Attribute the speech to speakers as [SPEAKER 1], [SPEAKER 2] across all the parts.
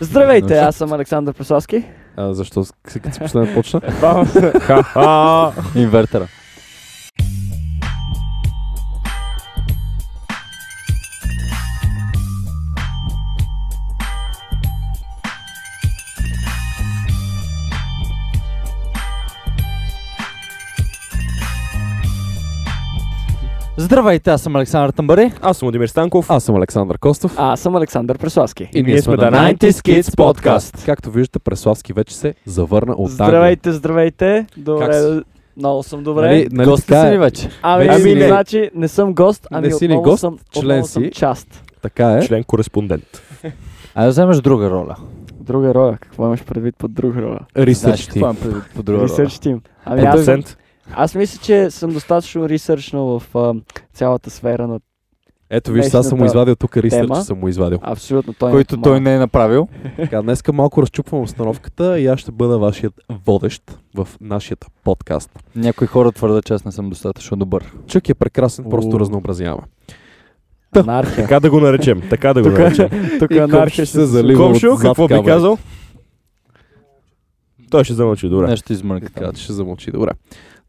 [SPEAKER 1] Здравейте,
[SPEAKER 2] Значи-
[SPEAKER 1] аз съм Александър Преславски.
[SPEAKER 2] А, защо с- с- като си последен почна? Инвертера.
[SPEAKER 3] Здравейте, аз съм Александър Тамбари.
[SPEAKER 4] Аз съм Владимир Станков.
[SPEAKER 2] Аз съм Александър Костов.
[SPEAKER 1] А, аз съм Александър Преславски.
[SPEAKER 4] и ние сме The 90s Kids Podcast.
[SPEAKER 2] Както виждате, Преславски вече се завърна от Англия.
[SPEAKER 1] Здравейте, здравейте.
[SPEAKER 2] Как
[SPEAKER 1] Добре,
[SPEAKER 2] си? много
[SPEAKER 1] много съм добре.
[SPEAKER 2] Нали, нали
[SPEAKER 3] Гост ли
[SPEAKER 2] така
[SPEAKER 3] си
[SPEAKER 2] е?
[SPEAKER 3] ни вече?
[SPEAKER 1] Ами,
[SPEAKER 2] Вече
[SPEAKER 1] ами
[SPEAKER 2] си не.
[SPEAKER 1] значи не съм гост, ами
[SPEAKER 2] Не си ни
[SPEAKER 1] отново
[SPEAKER 2] гост,
[SPEAKER 1] съм,
[SPEAKER 2] член
[SPEAKER 1] отново съм
[SPEAKER 2] си.
[SPEAKER 1] част.
[SPEAKER 2] Така е.
[SPEAKER 4] Член кореспондент.
[SPEAKER 3] Айде да вземеш друга роля.
[SPEAKER 1] Друга роля, какво имаш предвид под друга роля?
[SPEAKER 3] Знаеш
[SPEAKER 2] Ресърч
[SPEAKER 3] какво имам предвид по друга роля?
[SPEAKER 1] Research team. Ами аз, съм,
[SPEAKER 4] Продуцент.
[SPEAKER 1] аз мисля, че съм достатъчно ресърчно в а, цялата сфера на
[SPEAKER 2] Ето виж, сега съм
[SPEAKER 1] днешната
[SPEAKER 2] му извадил тук ресърч,
[SPEAKER 1] тема.
[SPEAKER 2] съм му извадил.
[SPEAKER 1] абсолютно той.
[SPEAKER 3] Който
[SPEAKER 1] ма-
[SPEAKER 3] той не е направил.
[SPEAKER 2] Така, днеска малко разчупвам обстановката и аз ще бъда вашият водещ в нашия подкаст.
[SPEAKER 3] Някои хора твърдят, че аз не съм достатъчно добър.
[SPEAKER 2] Чук е прекрасен, просто
[SPEAKER 4] Уу.
[SPEAKER 2] разнообразяваме.
[SPEAKER 1] Анархия.
[SPEAKER 4] Така да го наречем. Така да го
[SPEAKER 1] Тук-
[SPEAKER 4] наречем.
[SPEAKER 1] Тук
[SPEAKER 2] И Комшо
[SPEAKER 1] анархия
[SPEAKER 2] ще
[SPEAKER 1] ще
[SPEAKER 2] се
[SPEAKER 1] се
[SPEAKER 2] залива
[SPEAKER 4] Комшо,
[SPEAKER 2] отзад
[SPEAKER 4] какво би
[SPEAKER 2] камера.
[SPEAKER 4] казал? Той ще замълчи, добре.
[SPEAKER 3] Нещо измърка.
[SPEAKER 2] Така че ще замълчи. Добре.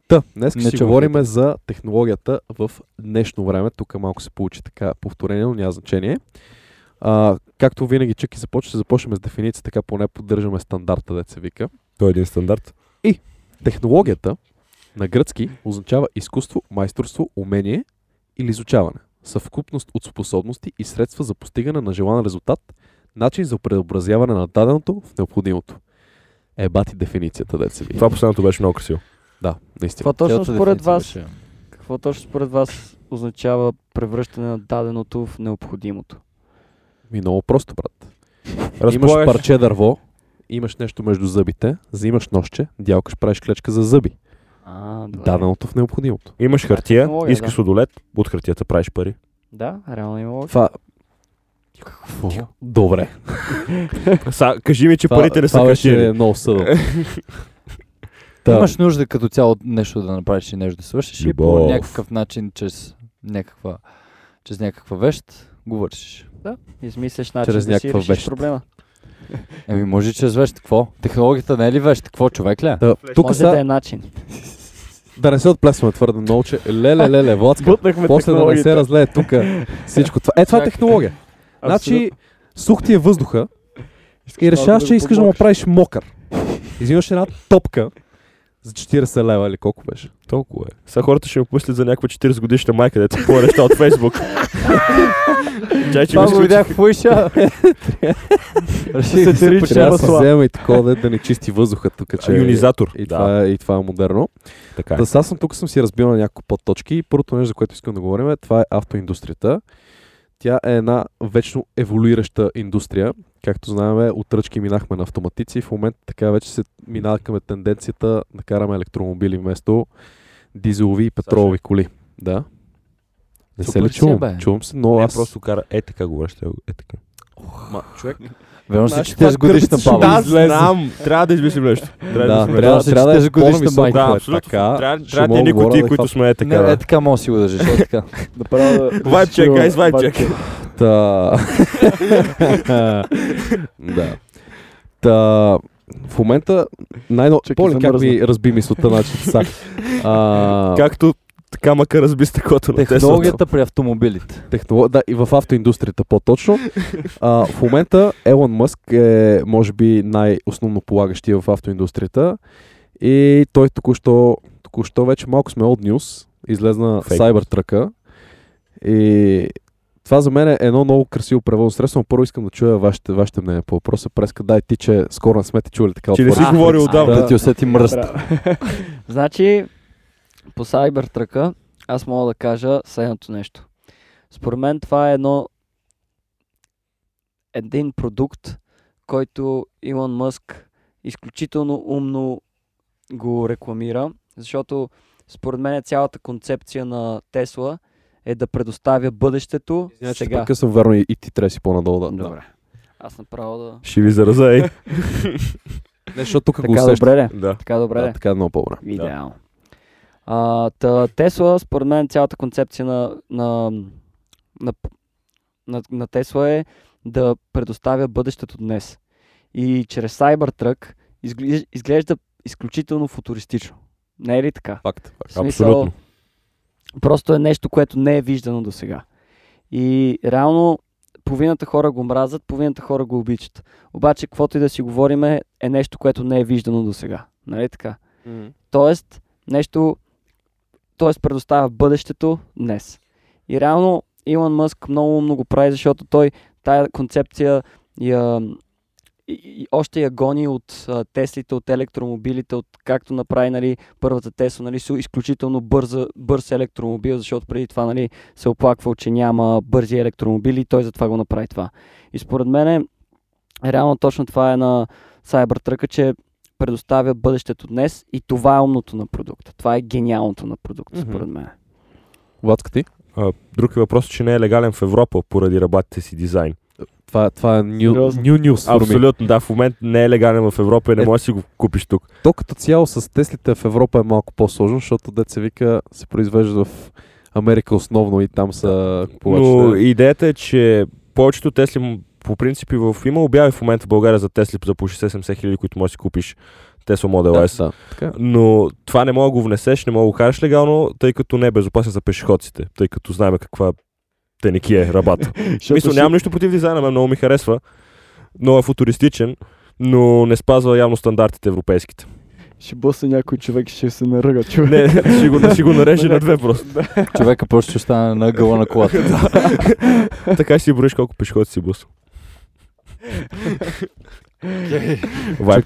[SPEAKER 2] Та, днес
[SPEAKER 3] Не
[SPEAKER 2] ще
[SPEAKER 3] чувам
[SPEAKER 2] говорим за технологията в днешно време. Тук малко се получи така повторение, но няма значение. А, както винаги, чеки започва, ще започнем с дефиниция, така поне поддържаме стандарта, деца вика.
[SPEAKER 4] Той е един стандарт.
[SPEAKER 2] Технологията на гръцки означава изкуство, майсторство, умение или изучаване. Съвкупност от способности и средства за постигане на желан резултат, начин за преобразяване на даденото в необходимото. Е, бати дефиницията, деца ви.
[SPEAKER 4] Това последното беше много красиво.
[SPEAKER 2] Да, наистина.
[SPEAKER 1] Какво точно според вас, какво точно според вас означава превръщане на даденото в необходимото?
[SPEAKER 2] Ми е много просто, брат. Имаш
[SPEAKER 4] Разполагаш...
[SPEAKER 2] парче дърво, имаш нещо между зъбите, взимаш ножче, дялкаш, правиш клечка за зъби.
[SPEAKER 1] А, добре.
[SPEAKER 2] Даденото в необходимото.
[SPEAKER 4] Имаш хартия,
[SPEAKER 2] е,
[SPEAKER 1] Технология,
[SPEAKER 4] искаш одолет, от хартията правиш пари.
[SPEAKER 1] Да, реално има логика.
[SPEAKER 2] Това... Какво? Добре.
[SPEAKER 4] Са, кажи ми, че
[SPEAKER 2] Това-
[SPEAKER 4] парите не са
[SPEAKER 2] това беше
[SPEAKER 4] хартия.
[SPEAKER 2] много съдъл.
[SPEAKER 3] Да.
[SPEAKER 2] Та,
[SPEAKER 3] Имаш нужда като цяло от нещо да направиш и нещо да свършиш и по
[SPEAKER 4] Любов.
[SPEAKER 3] някакъв начин, чрез някаква, чрез някаква вещ, го вършиш.
[SPEAKER 1] Измисляш начин
[SPEAKER 2] Чрез
[SPEAKER 1] да си
[SPEAKER 2] някаква
[SPEAKER 1] решиш
[SPEAKER 2] вещ.
[SPEAKER 1] проблема.
[SPEAKER 3] Еми, може и чрез вещ, какво? Технологията не е ли вещ, какво човек ли? е?
[SPEAKER 2] Та, тук
[SPEAKER 1] Може да е
[SPEAKER 2] са,
[SPEAKER 1] начин.
[SPEAKER 2] да не се отплесваме твърде много, че леле, леле, Владска,
[SPEAKER 1] Бутнахме
[SPEAKER 2] после да не се разлее тук всичко това. Е, това е
[SPEAKER 3] Чакай.
[SPEAKER 2] технология. Значи, сух ти е въздуха и решаваш, че искаш да му правиш мокър. Изимаш една топка за 40 лева или колко беше.
[SPEAKER 4] Толкова е. Сега хората ще ме помислят за някаква 40 годишна майка, дето по неща от Фейсбук. Чай, че
[SPEAKER 3] Това го
[SPEAKER 4] мисля, че-
[SPEAKER 3] видях в Уиша. Реших да се
[SPEAKER 1] Сатирична
[SPEAKER 2] Трябва да
[SPEAKER 3] почерпя.
[SPEAKER 2] се взема и такова да- да не чисти въздуха тук, че
[SPEAKER 4] е Юнизатор.
[SPEAKER 2] И, това, е, и това е модерно.
[SPEAKER 4] така е.
[SPEAKER 2] Да, сега съм тук, съм си разбил на няколко подточки. И първото нещо, за което искам да говорим, е, това е автоиндустрията. Тя е една вечно еволюираща индустрия. Както знаем, от ръчки минахме на автоматици. В момента така вече се минава към тенденцията да караме електромобили вместо дизелови и петролови коли. Да. Не се
[SPEAKER 3] Супер
[SPEAKER 2] ли
[SPEAKER 3] си,
[SPEAKER 2] чувам?
[SPEAKER 3] бе.
[SPEAKER 2] Чувам се, но
[SPEAKER 4] Не,
[SPEAKER 2] аз...
[SPEAKER 4] просто кара е така говориш, е така.
[SPEAKER 2] Ма, човек,
[SPEAKER 3] Верно си
[SPEAKER 2] Знаеш,
[SPEAKER 3] 40
[SPEAKER 2] това
[SPEAKER 3] годишна
[SPEAKER 2] кърпица ще
[SPEAKER 3] баба.
[SPEAKER 4] Да,
[SPEAKER 2] Павло, излезе.
[SPEAKER 4] знам. Трябва да измислим нещо. Трябва да
[SPEAKER 2] да,
[SPEAKER 4] измислим
[SPEAKER 2] трябва,
[SPEAKER 4] нещо.
[SPEAKER 3] Трябва да си
[SPEAKER 2] трябва да е
[SPEAKER 3] 40 годишна
[SPEAKER 2] по-нависоко,
[SPEAKER 3] майка.
[SPEAKER 2] е
[SPEAKER 4] Да, абсолютно.
[SPEAKER 2] Така,
[SPEAKER 4] Трябва
[SPEAKER 2] ще
[SPEAKER 4] трябва да
[SPEAKER 2] мога
[SPEAKER 4] ни
[SPEAKER 2] говоря
[SPEAKER 4] кутии,
[SPEAKER 2] да е
[SPEAKER 4] които
[SPEAKER 2] това.
[SPEAKER 4] сме е
[SPEAKER 3] Не,
[SPEAKER 4] така.
[SPEAKER 3] е
[SPEAKER 4] да.
[SPEAKER 3] така мога да си го държиш. е така.
[SPEAKER 4] Вайб чек, guys, вайб чек.
[SPEAKER 2] Та... да. Та... В момента най-но...
[SPEAKER 1] Чакай,
[SPEAKER 2] Поли как
[SPEAKER 1] замръзна.
[SPEAKER 2] ми разби мисълта, значи сак. А,
[SPEAKER 4] Както така макар разби стъклото на Теслата.
[SPEAKER 3] Технологията при автомобилите.
[SPEAKER 2] технолог... Да, и в автоиндустрията по-точно. А, в момента Елон Мъск е, може би, най-основно полагащия в автоиндустрията. И той току-що, току-що вече малко сме old news, излезна
[SPEAKER 4] Fake
[SPEAKER 2] Cybertruck-а. И това за мен е едно много красиво превозно средство, но първо искам да чуя вашите, вашите мнения по въпроса. Преска, дай ти, че скоро не сме те чули така
[SPEAKER 4] Че не си
[SPEAKER 2] отворено.
[SPEAKER 4] говорил отдавна.
[SPEAKER 3] Да ти усети мръст.
[SPEAKER 1] Значи, по Cybertruck аз мога да кажа следното нещо. Според мен това е едно един продукт, който Илон Мъск изключително умно го рекламира, защото според мен цялата концепция на Тесла е да предоставя бъдещето
[SPEAKER 2] Иначе ще
[SPEAKER 1] сега.
[SPEAKER 2] прекъсвам, верно, и, и ти трябва да си по-надолу да. да.
[SPEAKER 1] Добре. Аз направо да...
[SPEAKER 4] Ще ви зараза, ей.
[SPEAKER 2] Не, защото тук го
[SPEAKER 1] Така
[SPEAKER 2] усещам.
[SPEAKER 1] добре ли?
[SPEAKER 4] Да.
[SPEAKER 1] Така добре ли?
[SPEAKER 2] Да, така е много по-добре.
[SPEAKER 1] Идеално. А, та, Тесла, според мен, цялата концепция на, на, на, на, на Тесла е да предоставя бъдещето днес. И чрез Cybertruck изглежда, изглежда изключително футуристично. Не е ли така?
[SPEAKER 2] Факт.
[SPEAKER 1] В
[SPEAKER 2] факт.
[SPEAKER 1] смисъл,
[SPEAKER 4] Абсолютно.
[SPEAKER 1] Просто е нещо, което не е виждано до сега. И реално половината хора го мразят, половината хора го обичат. Обаче, каквото и да си говориме, е нещо, което не е виждано до сега. Нали така? Тоест, нещо, тоест предоставя бъдещето днес. И реално Илон Мъск много умно го прави, защото той тая концепция я, и, и още я гони от а, Теслите, от електромобилите, от както направи нали, първата Тесла, нали, с изключително бърза, бърз електромобил, защото преди това нали, се оплаквал, че няма бързи електромобили и той затова го направи това. И според мен реално точно това е на Cybertruck, че предоставя бъдещето днес и това е умното на продукта. Това е гениалното на продукта,
[SPEAKER 2] Мгм.
[SPEAKER 1] според мен.
[SPEAKER 2] Владска ти?
[SPEAKER 4] А, друг е въпрос, че не е легален в Европа поради работите си дизайн.
[SPEAKER 2] Това, това е new,
[SPEAKER 4] Сериозно?
[SPEAKER 2] new news. for me.
[SPEAKER 4] Абсолютно, да. В момент не е легален в Европа и не
[SPEAKER 2] Е.
[SPEAKER 4] можеш да си го купиш тук.
[SPEAKER 2] То като цяло с Теслите в Европа е малко по-сложно, защото деца вика се произвежда в Америка основно и там са
[SPEAKER 4] Но
[SPEAKER 2] купувачите.
[SPEAKER 4] идеята е, че повечето Тесли, м- по принцип, и в... има обяви в момента в България за Тесли за по 60-70 хиляди, които можеш да си купиш Tesla Model
[SPEAKER 2] Да,
[SPEAKER 4] S.
[SPEAKER 2] да, така.
[SPEAKER 4] Но това не мога да го внесеш, не мога да го караш легално, тъй като не е безопасен за пешеходците, тъй като знаем каква теники е рабата. Мисля, нямам нищо против дизайна, мен много ми харесва, но е футуристичен, но не спазва явно стандартите европейските.
[SPEAKER 1] Ще боса някой човек, ще се наръга човек.
[SPEAKER 4] Не, ще го, ще го нареже на две просто.
[SPEAKER 3] Човека просто ще стане на гъла на колата.
[SPEAKER 4] Така ще си броиш колко пешеходци си бус. Вайб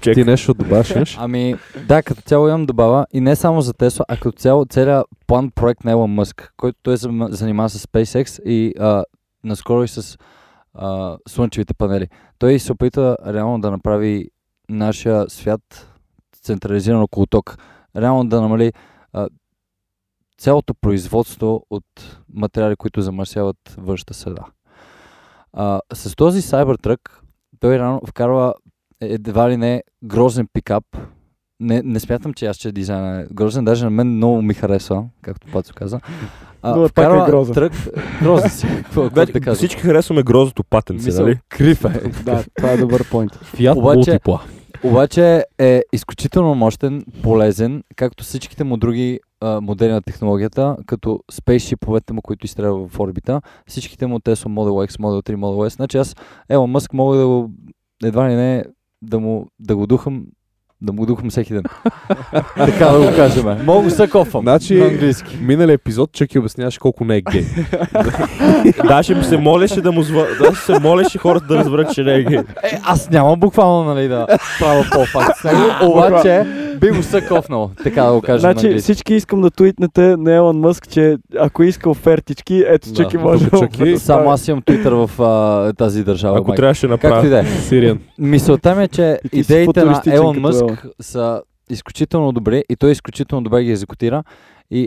[SPEAKER 2] Чак, ти
[SPEAKER 4] чек.
[SPEAKER 2] нещо добавяш, имаш?
[SPEAKER 3] Ами, да, като цяло имам добава и не само за Тесла, а като цяло целият план проект на Елон Мъск, който той се м- занимава с SpaceX и а, наскоро и с а, слънчевите панели. Той се опита реално да направи нашия свят централизиран около ток. Реално да намали а, цялото производство от материали, които замърсяват външната среда. А, с този Cybertruck той реално вкарва едва ли не грозен пикап. Не, не смятам, че аз че дизайна е грозен, даже на мен много ми харесва, както Пацо каза. А,
[SPEAKER 5] Но пак е грозен.
[SPEAKER 3] Трък, грозен си. Какво, какво да кажа?
[SPEAKER 4] Значи, Всички харесваме грозното патенце,
[SPEAKER 3] Мисъл,
[SPEAKER 4] нали?
[SPEAKER 3] крив е.
[SPEAKER 5] Да, това е добър поинт.
[SPEAKER 2] Фиат
[SPEAKER 3] Обаче-
[SPEAKER 2] мултипла.
[SPEAKER 3] Обаче е изключително мощен, полезен, както всичките му други а, модели на технологията, като спейсшиповете му, които изстрелва в орбита, всичките му Tesla Model X, Model 3, Model S. Значи аз Елон Мъск мога да го, едва ли не, да, му, да го духам, да му го духам всеки ден. така да го кажем. Мога го съкофам
[SPEAKER 2] Значи-
[SPEAKER 3] на английски.
[SPEAKER 2] Миналия епизод чак и обясняваш колко не е гей.
[SPEAKER 4] Даже ми се молеше да му зва... Даже се молеше хората да разберат, че не е гей.
[SPEAKER 3] Е, аз нямам буквално нали, да правя по-факт с него, обаче би го съкофнал, така да го кажем на
[SPEAKER 5] Значи
[SPEAKER 3] английски.
[SPEAKER 5] всички искам да твитнете на Елон Мъск, че ако иска офертички, ето
[SPEAKER 2] Да,
[SPEAKER 5] чеки може
[SPEAKER 2] тук
[SPEAKER 5] да
[SPEAKER 2] чеки.
[SPEAKER 5] му
[SPEAKER 3] Само аз имам Twitter в а, тази държава.
[SPEAKER 4] Ако
[SPEAKER 3] майка.
[SPEAKER 4] трябваше да
[SPEAKER 3] Както
[SPEAKER 4] направя.
[SPEAKER 3] и да е.
[SPEAKER 2] Сириан.
[SPEAKER 3] Мисълта ми е, че
[SPEAKER 5] И ти си
[SPEAKER 3] идеите на
[SPEAKER 5] футуристичен
[SPEAKER 3] Елон
[SPEAKER 5] като
[SPEAKER 3] Мъск
[SPEAKER 5] Елон.
[SPEAKER 3] са изключително добри и той изключително добре ги екзекутира. И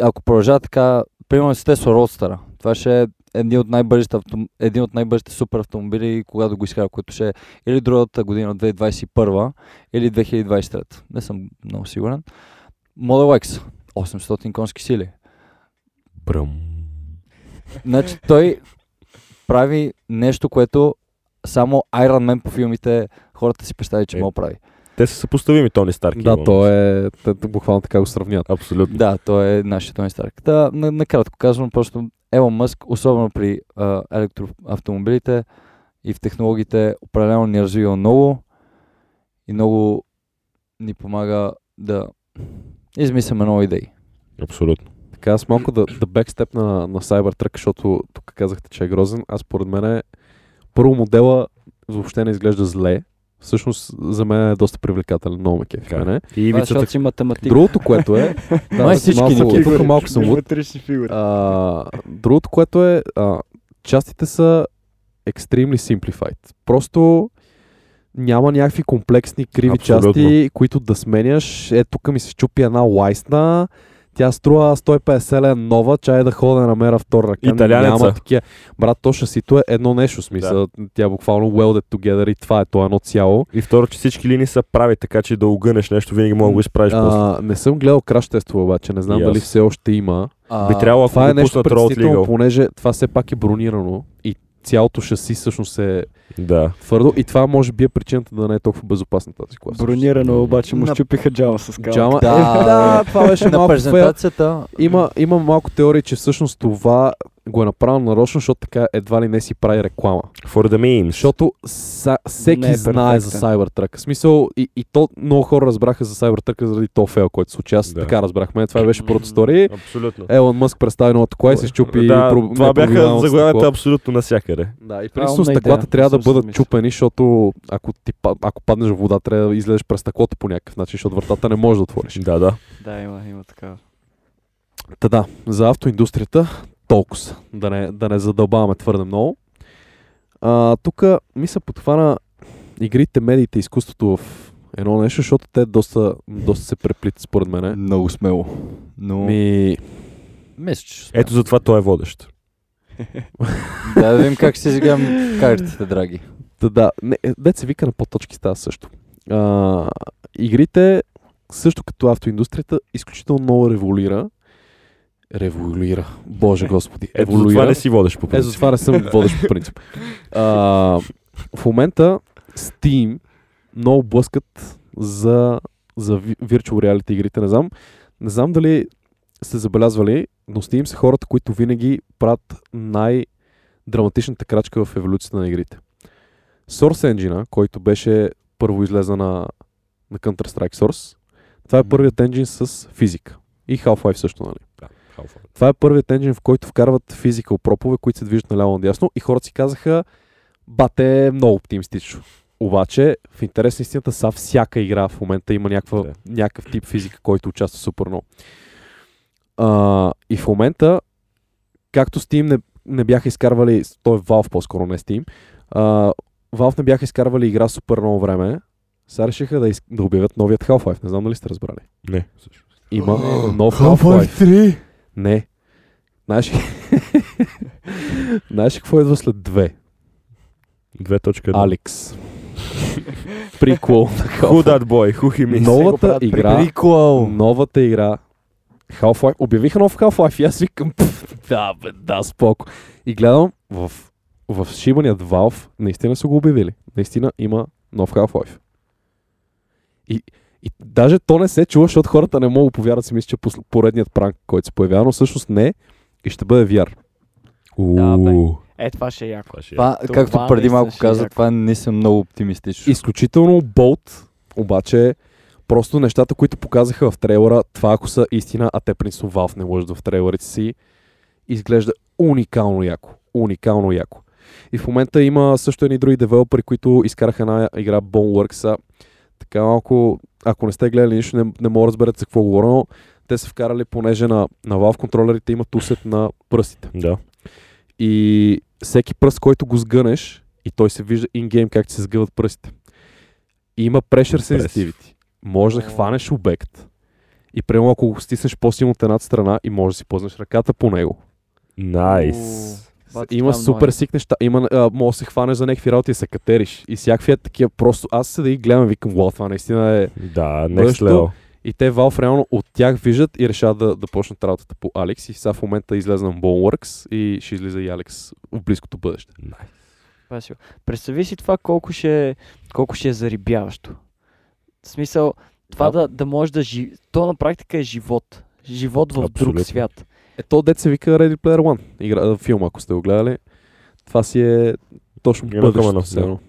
[SPEAKER 3] ако продължава така, примерно с Тесла Родстера, това ще е един от най-бързите, автом... един от най-бързите супер автомобили, когато го изкара, който ще е или другата година, 2021, или 2023. Не съм много сигурен. Model X, 800 конски сили. Значи той прави нещо, което само Iron Man по филмите хората си представи, че
[SPEAKER 4] Е.
[SPEAKER 3] мога прави.
[SPEAKER 4] Те са съпоставими, Тони Старк. и
[SPEAKER 2] Да, е.
[SPEAKER 4] Илон
[SPEAKER 2] то
[SPEAKER 4] Мъск.
[SPEAKER 2] е... те Буквално така го сравняват.
[SPEAKER 4] Абсолютно.
[SPEAKER 3] Да, той е нашия Тони Старк. Да, на- накратко казвам, просто Елон Мъск, особено при а, електроавтомобилите и в технологиите, определено ни е развива много и много ни помага да измисляме нови идеи.
[SPEAKER 4] Абсолютно.
[SPEAKER 2] Така, аз малко да, да бекстеп на, на Cybertruck, защото тук казахте, че е грозен. Аз според мен е... Първо модела въобще не изглежда зле. Всъщност за мен е доста привлекателен. Много ме кефи. нали?
[SPEAKER 4] Така е.
[SPEAKER 2] мене.
[SPEAKER 4] И
[SPEAKER 1] Това е,
[SPEAKER 4] ивицата.
[SPEAKER 1] защото си математик.
[SPEAKER 2] Другото, което е... да,
[SPEAKER 3] Май всички ни
[SPEAKER 2] малко,
[SPEAKER 3] кефи.
[SPEAKER 2] тук малко съм луд.
[SPEAKER 5] Вътрешни фигури.
[SPEAKER 2] А, другото, което е, а, частите са extremely simplified. Просто няма някакви комплексни криви
[SPEAKER 4] Абсолютно.
[SPEAKER 2] части, които да сменяш. Е, тук ми се щупи една лайсна, тя струва 150 лен е нова, чай да ходя да намеря втора ръка.
[SPEAKER 4] Италянеца.
[SPEAKER 2] Няма такива. Брат, то шасито е едно нещо, в смисъл. Да. Тя е буквално welded together и това е то е едно цяло.
[SPEAKER 4] И второ, че всички линии са прави, така че да огънеш нещо, винаги мога да го изправиш после.
[SPEAKER 2] А, не съм гледал краш тестове обаче, не знам
[SPEAKER 4] И аз.
[SPEAKER 2] дали все още има.
[SPEAKER 3] А,
[SPEAKER 4] Би трябвало, ако
[SPEAKER 2] Това е
[SPEAKER 4] го
[SPEAKER 2] нещо
[SPEAKER 4] пуснат Road
[SPEAKER 2] притеснително,
[SPEAKER 4] Legal.
[SPEAKER 2] понеже това все пак е бронирано и цялото шаси всъщност е
[SPEAKER 4] Да.
[SPEAKER 2] твърдо и това може би е причината да не е толкова безопасна тази кола.
[SPEAKER 5] Бронирано обаче му
[SPEAKER 3] На-
[SPEAKER 5] щупиха джама с кала.
[SPEAKER 2] Джама...
[SPEAKER 3] Да.
[SPEAKER 2] Е, да, това беше
[SPEAKER 3] на
[SPEAKER 2] малко фейл.
[SPEAKER 3] презентацията.
[SPEAKER 2] Има, има малко теории, че всъщност това го е направил нарочно, защото така едва ли не си прави реклама.
[SPEAKER 4] For the memes.
[SPEAKER 2] Защото са, всеки
[SPEAKER 1] Не е
[SPEAKER 2] знае за
[SPEAKER 1] перфектен.
[SPEAKER 2] Cybertruck. В смисъл, и, и то много хора разбраха за Cybertruck заради то фейл, който се случи. Аз
[SPEAKER 4] Да.
[SPEAKER 2] така разбрахме. Това беше първото стори.
[SPEAKER 4] Абсолютно.
[SPEAKER 2] Елон Мъск представи новата кола и Е, се щупи.
[SPEAKER 4] да,
[SPEAKER 2] про- е
[SPEAKER 4] това бяха
[SPEAKER 2] непробиваемост
[SPEAKER 4] заглавията
[SPEAKER 2] такова.
[SPEAKER 4] абсолютно насякъде.
[SPEAKER 2] Да, и
[SPEAKER 1] Това е
[SPEAKER 2] принцип
[SPEAKER 1] умна
[SPEAKER 2] стъклата
[SPEAKER 1] идея,
[SPEAKER 2] трябва да
[SPEAKER 1] също
[SPEAKER 2] бъдат
[SPEAKER 1] мисля.
[SPEAKER 2] чупени, защото ако, ти, па- ако паднеш в вода, трябва да излезеш през стъклото по някакъв начин, защото вратата не може да отвориш.
[SPEAKER 4] Да, да.
[SPEAKER 1] Да, има, има такава.
[SPEAKER 2] Та да, за автоиндустрията толкова. са. Да не, да не задълбаваме твърде много. А, тук ми се подхвана игрите, медиите, изкуството в едно нещо, защото те доста, доста се преплитат според мен.
[SPEAKER 3] Много смело. Но...
[SPEAKER 2] Ми,
[SPEAKER 3] Мисля, че... ще
[SPEAKER 4] Ето затова той е водещ.
[SPEAKER 3] успеем. Да видим как ще изиграем картите, драги.
[SPEAKER 2] да, да, не, е, дет се вика на по-точки става също. А, игрите, също като автоиндустрията, изключително много револира. Револира. Боже господи.
[SPEAKER 4] Ето
[SPEAKER 2] еволюира.
[SPEAKER 4] затова не си водещ по
[SPEAKER 2] Е,
[SPEAKER 4] принцип.
[SPEAKER 2] затова не съм водещ по принцип. А, в момента Steam много блъскат за, за ви- virtual reality игрите. Не знам, не знам дали сте забелязвали, но Steam са хората, които винаги правят най-драматичната крачка в еволюцията на игрите. Source Engine, който беше първо излезе на, на Counter-Strike Source, това е
[SPEAKER 3] Мгм.
[SPEAKER 2] първият енджин с физика. И Half-Life също, нали? Това е първият енджин, в който вкарват физикал пропове, които се движат наляво надясно и хората си казаха, бате, е много оптимистично. Обаче, в интерес на истината, са всяка игра в момента има някаква,
[SPEAKER 4] Да.
[SPEAKER 2] някакъв тип физика, който участва супер много. А, и в момента, както Steam не, не бяха изкарвали, той е Valve по-скоро, не Steam, а, Valve не бяха изкарвали игра супер много време, сега решиха да, из... да обявят новият Half-Life. Не знам дали сте разбрали.
[SPEAKER 4] Не. всъщност.
[SPEAKER 2] Има нов Half-Life.
[SPEAKER 3] 3!
[SPEAKER 2] Не. Знаеш, Знаеш ли какво идва след две?
[SPEAKER 4] 2.1.
[SPEAKER 2] Алекс. Приквел на
[SPEAKER 4] Who
[SPEAKER 2] Half-Life.
[SPEAKER 4] that boy? Who he means?
[SPEAKER 2] Новата игра,
[SPEAKER 3] Приквел!
[SPEAKER 2] новата игра Half-Life. Обявиха нов Half-Life и аз викам, «Пф, да бе, да, споко. И гледам в, в шибаният Valve, наистина са го обявили. Наистина има нов Half-Life. И, и даже то не се чува, защото хората не могат да повярват, си мисля, че е посл- поредният пранк, който се появява, но всъщност не. И ще бъде VR.
[SPEAKER 5] Да, бе.
[SPEAKER 4] Уу.
[SPEAKER 5] Е, това ще е яко.
[SPEAKER 4] Това ще е.
[SPEAKER 3] Това,
[SPEAKER 5] Това
[SPEAKER 3] както преди
[SPEAKER 5] наистина
[SPEAKER 3] малко
[SPEAKER 5] ще е
[SPEAKER 3] каза,
[SPEAKER 5] яко.
[SPEAKER 3] това не съм много оптимистично.
[SPEAKER 2] изключително болт, обаче просто нещата, които показаха в трейлера, това ако са истина, а те принцип Valve не лъжат в трейлерите си, изглежда уникално яко. Уникално яко. И в момента има също едни други девелопери, които изкараха една игра Boneworks. а. Така малко, ако не сте гледали нищо, не, не мога да разберете за какво говоря, но те са вкарали, понеже на, на Valve контролерите имат усет на пръстите.
[SPEAKER 4] Да.
[SPEAKER 2] И всеки пръст, който го сгънеш, и той се вижда ингейм как ти се сгъват пръстите. И има pressure sensitivity. Може да
[SPEAKER 5] О.
[SPEAKER 2] хванеш обект. И прямо ако го стиснеш по-силно от едната страна и може да си познеш ръката по него.
[SPEAKER 4] Найс.
[SPEAKER 1] Бати,
[SPEAKER 2] има
[SPEAKER 1] това е
[SPEAKER 2] супер
[SPEAKER 1] много
[SPEAKER 2] сик неща. Има, а, може да се хванеш за някакви работи и се катериш. И всякакви е такива просто. Аз се да ги гледам и викам, вау, това наистина е.
[SPEAKER 4] Да, next
[SPEAKER 2] Бъдещо-
[SPEAKER 4] level.
[SPEAKER 2] И те Valve реално от тях виждат и решават да, да почнат работата по Алекс. И сега в момента излезе на Boneworks и ще излиза и Алекс в близкото бъдеще.
[SPEAKER 4] Nice.
[SPEAKER 1] Пасио. е. Представи си това колко ще, е- колко ще е зарибяващо. В смисъл, това да, да може да жи... То на практика е живот. Живот в
[SPEAKER 4] Абсолютно.
[SPEAKER 1] друг свят.
[SPEAKER 2] Е, то дет се вика Ready Player One. Игра, а, филма, ако сте го гледали. Това си е точно
[SPEAKER 4] Има
[SPEAKER 2] бъдещето.
[SPEAKER 4] камъно,
[SPEAKER 2] все
[SPEAKER 4] да.
[SPEAKER 2] едно.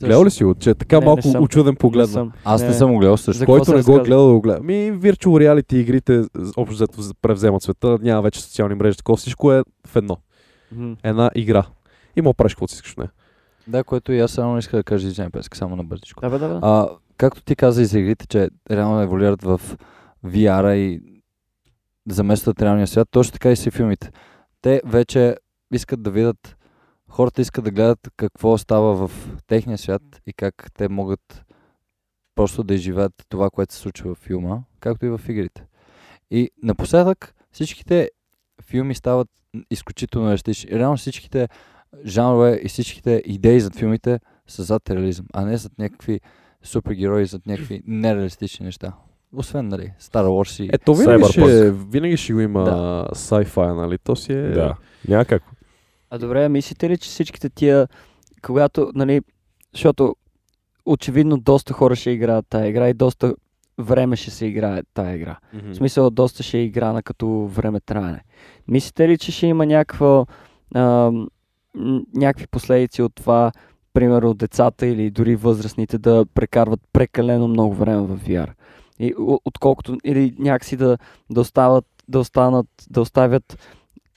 [SPEAKER 2] Гледал ли си го? Че е така
[SPEAKER 1] Не, не
[SPEAKER 2] малко
[SPEAKER 1] съм.
[SPEAKER 2] учуден
[SPEAKER 1] Не
[SPEAKER 2] поглед.
[SPEAKER 1] съм.
[SPEAKER 3] Аз не съм го гледал също.
[SPEAKER 1] За какво
[SPEAKER 2] Който
[SPEAKER 1] се
[SPEAKER 2] не го е
[SPEAKER 1] разказва?
[SPEAKER 2] гледал, да го гледа. Ми, Virtual Reality игрите з- общо взето з- превземат света. Няма вече социални мрежи. Такова всичко е в едно.
[SPEAKER 1] Мгм.
[SPEAKER 2] Една игра. Има правиш каквото си искаш. Не.
[SPEAKER 3] Да, което и аз само исках да кажа Диджей Песк, само на бързичко.
[SPEAKER 1] Да, бе, да, бе.
[SPEAKER 3] А, както ти каза и за игрите, че реално еволюират в VR-а и заместват реалния свят, точно така и си филмите. Те вече искат да видят, хората искат да гледат какво става в техния свят и как те могат просто да изживеят това, което се случва в филма, както и в игрите. И напоследък всичките филми стават изключително реалистични. Реално всичките жанрове и всичките идеи зад филмите са зад реализъм, а не зад някакви супергерои, зад някакви нереалистични неща. Освен, нали, Star Wars и...
[SPEAKER 2] Е, то винаги ще,
[SPEAKER 4] Cyberpunk.
[SPEAKER 2] винаги ще го има
[SPEAKER 3] Да.
[SPEAKER 2] sci-fi, нали? То си е...
[SPEAKER 4] Да. Няма как.
[SPEAKER 1] А добре, мислите ли, че всичките тия, когато, нали, защото очевидно доста хора ще играят тая игра и доста време ще се играе тая игра. В смисъл, доста ще е играна като време траяне. Мислите ли, че ще има някаква, а, м, някакви последици от това, примерно децата или дори възрастните да прекарват прекалено много време в VR? И, о- отколкото, или някакси да, да, остават, да, останат, да оставят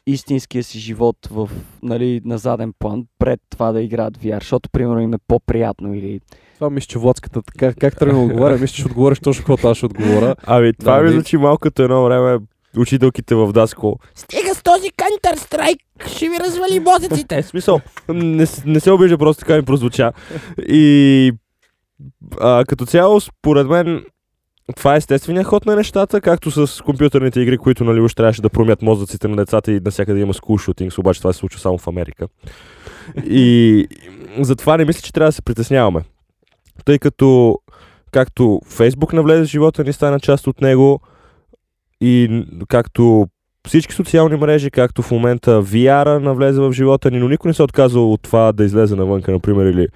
[SPEAKER 1] истинския си живот в, нали, на заден план пред това да играят VR, защото примерно им е по-приятно или...
[SPEAKER 2] Това мисля, че Владската така, как тръгна да отговаря, мисля, че ще отговориш точно каквото аз ще отговоря.
[SPEAKER 4] Ами, това
[SPEAKER 2] Да,
[SPEAKER 4] ми
[SPEAKER 2] нали?
[SPEAKER 4] звучи малко като едно време учителките в Даско.
[SPEAKER 6] Стига с този Counter-Strike, ще ви развали мозъците.
[SPEAKER 4] Е, в смисъл, не, с- не се обижда, просто така ми прозвуча. И а, като цяло, според мен, това е естествения ход на нещата, както с компютърните игри, които нали, уж трябваше да промят мозъците на децата и навсякъде има school shootings, обаче това се случва само в Америка. И затова не мисля, че трябва да се притесняваме. Тъй като както Фейсбук навлезе в живота ни, стана част от него и н- както всички социални мрежи, както в момента VR-а навлезе в живота ни, но никой не се е отказал от това да излезе навънка, например, или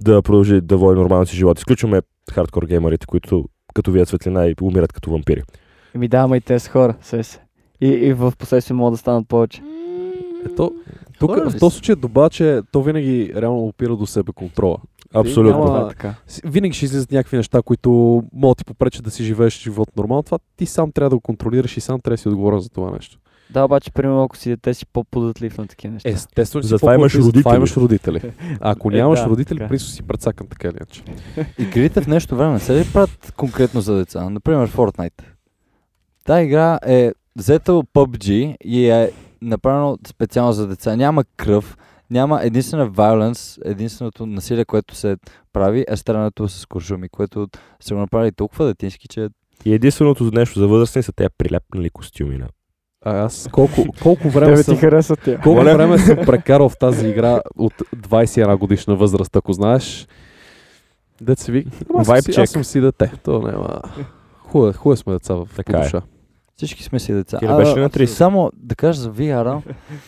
[SPEAKER 4] да продължи да води нормалния си живот. Изключваме хардкор геймерите, които като вият светлина и умират като вампири.
[SPEAKER 1] Ми Ами да, ама и те са хора, се се. И, и в последствие могат да станат повече.
[SPEAKER 2] Ето, тук
[SPEAKER 1] Хора ли
[SPEAKER 2] в този случай добавя, че то винаги реално опира до себе контрола.
[SPEAKER 4] Абсолютно.
[SPEAKER 2] няма-
[SPEAKER 1] Това
[SPEAKER 2] Това
[SPEAKER 1] е
[SPEAKER 2] е
[SPEAKER 1] така.
[SPEAKER 2] С- Винаги ще излизат някакви неща, които могат да ти попречат да си живееш живот нормално. Това ти сам трябва да го контролираш и сам трябва да си отговорен за това нещо.
[SPEAKER 1] Да, обаче, примерно, ако си дете си по-податлив на такива неща.
[SPEAKER 3] Е,
[SPEAKER 2] Естествено, че
[SPEAKER 4] Затова
[SPEAKER 2] по-плати,
[SPEAKER 4] имаш
[SPEAKER 2] Затова
[SPEAKER 4] родители.
[SPEAKER 2] имаш родители. А ако
[SPEAKER 1] Е,
[SPEAKER 2] нямаш
[SPEAKER 1] да,
[SPEAKER 2] родители,
[SPEAKER 1] така.
[SPEAKER 2] присо си прецакан така или иначе.
[SPEAKER 3] Игрите в нещо време не се ли правят конкретно за деца? Например, Fortnite. Та игра е взета от PUBG и е направено специално за деца. Няма кръв, няма единствена violence, единственото насилие, което се прави е странето с куршуми, което са го направили толкова детински, че
[SPEAKER 4] И единственото нещо за възрастни са те прилепнали костюми на.
[SPEAKER 2] А аз колко, колко време
[SPEAKER 5] Тебе ти
[SPEAKER 2] съм...
[SPEAKER 5] харесва тя.
[SPEAKER 2] Колко
[SPEAKER 4] Моля?
[SPEAKER 2] време съм прекарал в тази игра от 21 годишна възраст, ако знаеш? Деца ви, ама аз, съм
[SPEAKER 4] Vibe
[SPEAKER 2] си,
[SPEAKER 4] check.
[SPEAKER 2] аз съм си дете. То няма... Хубаво, е, хубаво сме деца в
[SPEAKER 4] Така
[SPEAKER 2] така
[SPEAKER 4] е.
[SPEAKER 2] душа.
[SPEAKER 3] Всички сме си деца.
[SPEAKER 4] Ти не беше
[SPEAKER 3] А,
[SPEAKER 4] ли на 30?
[SPEAKER 3] Само да кажа за VR.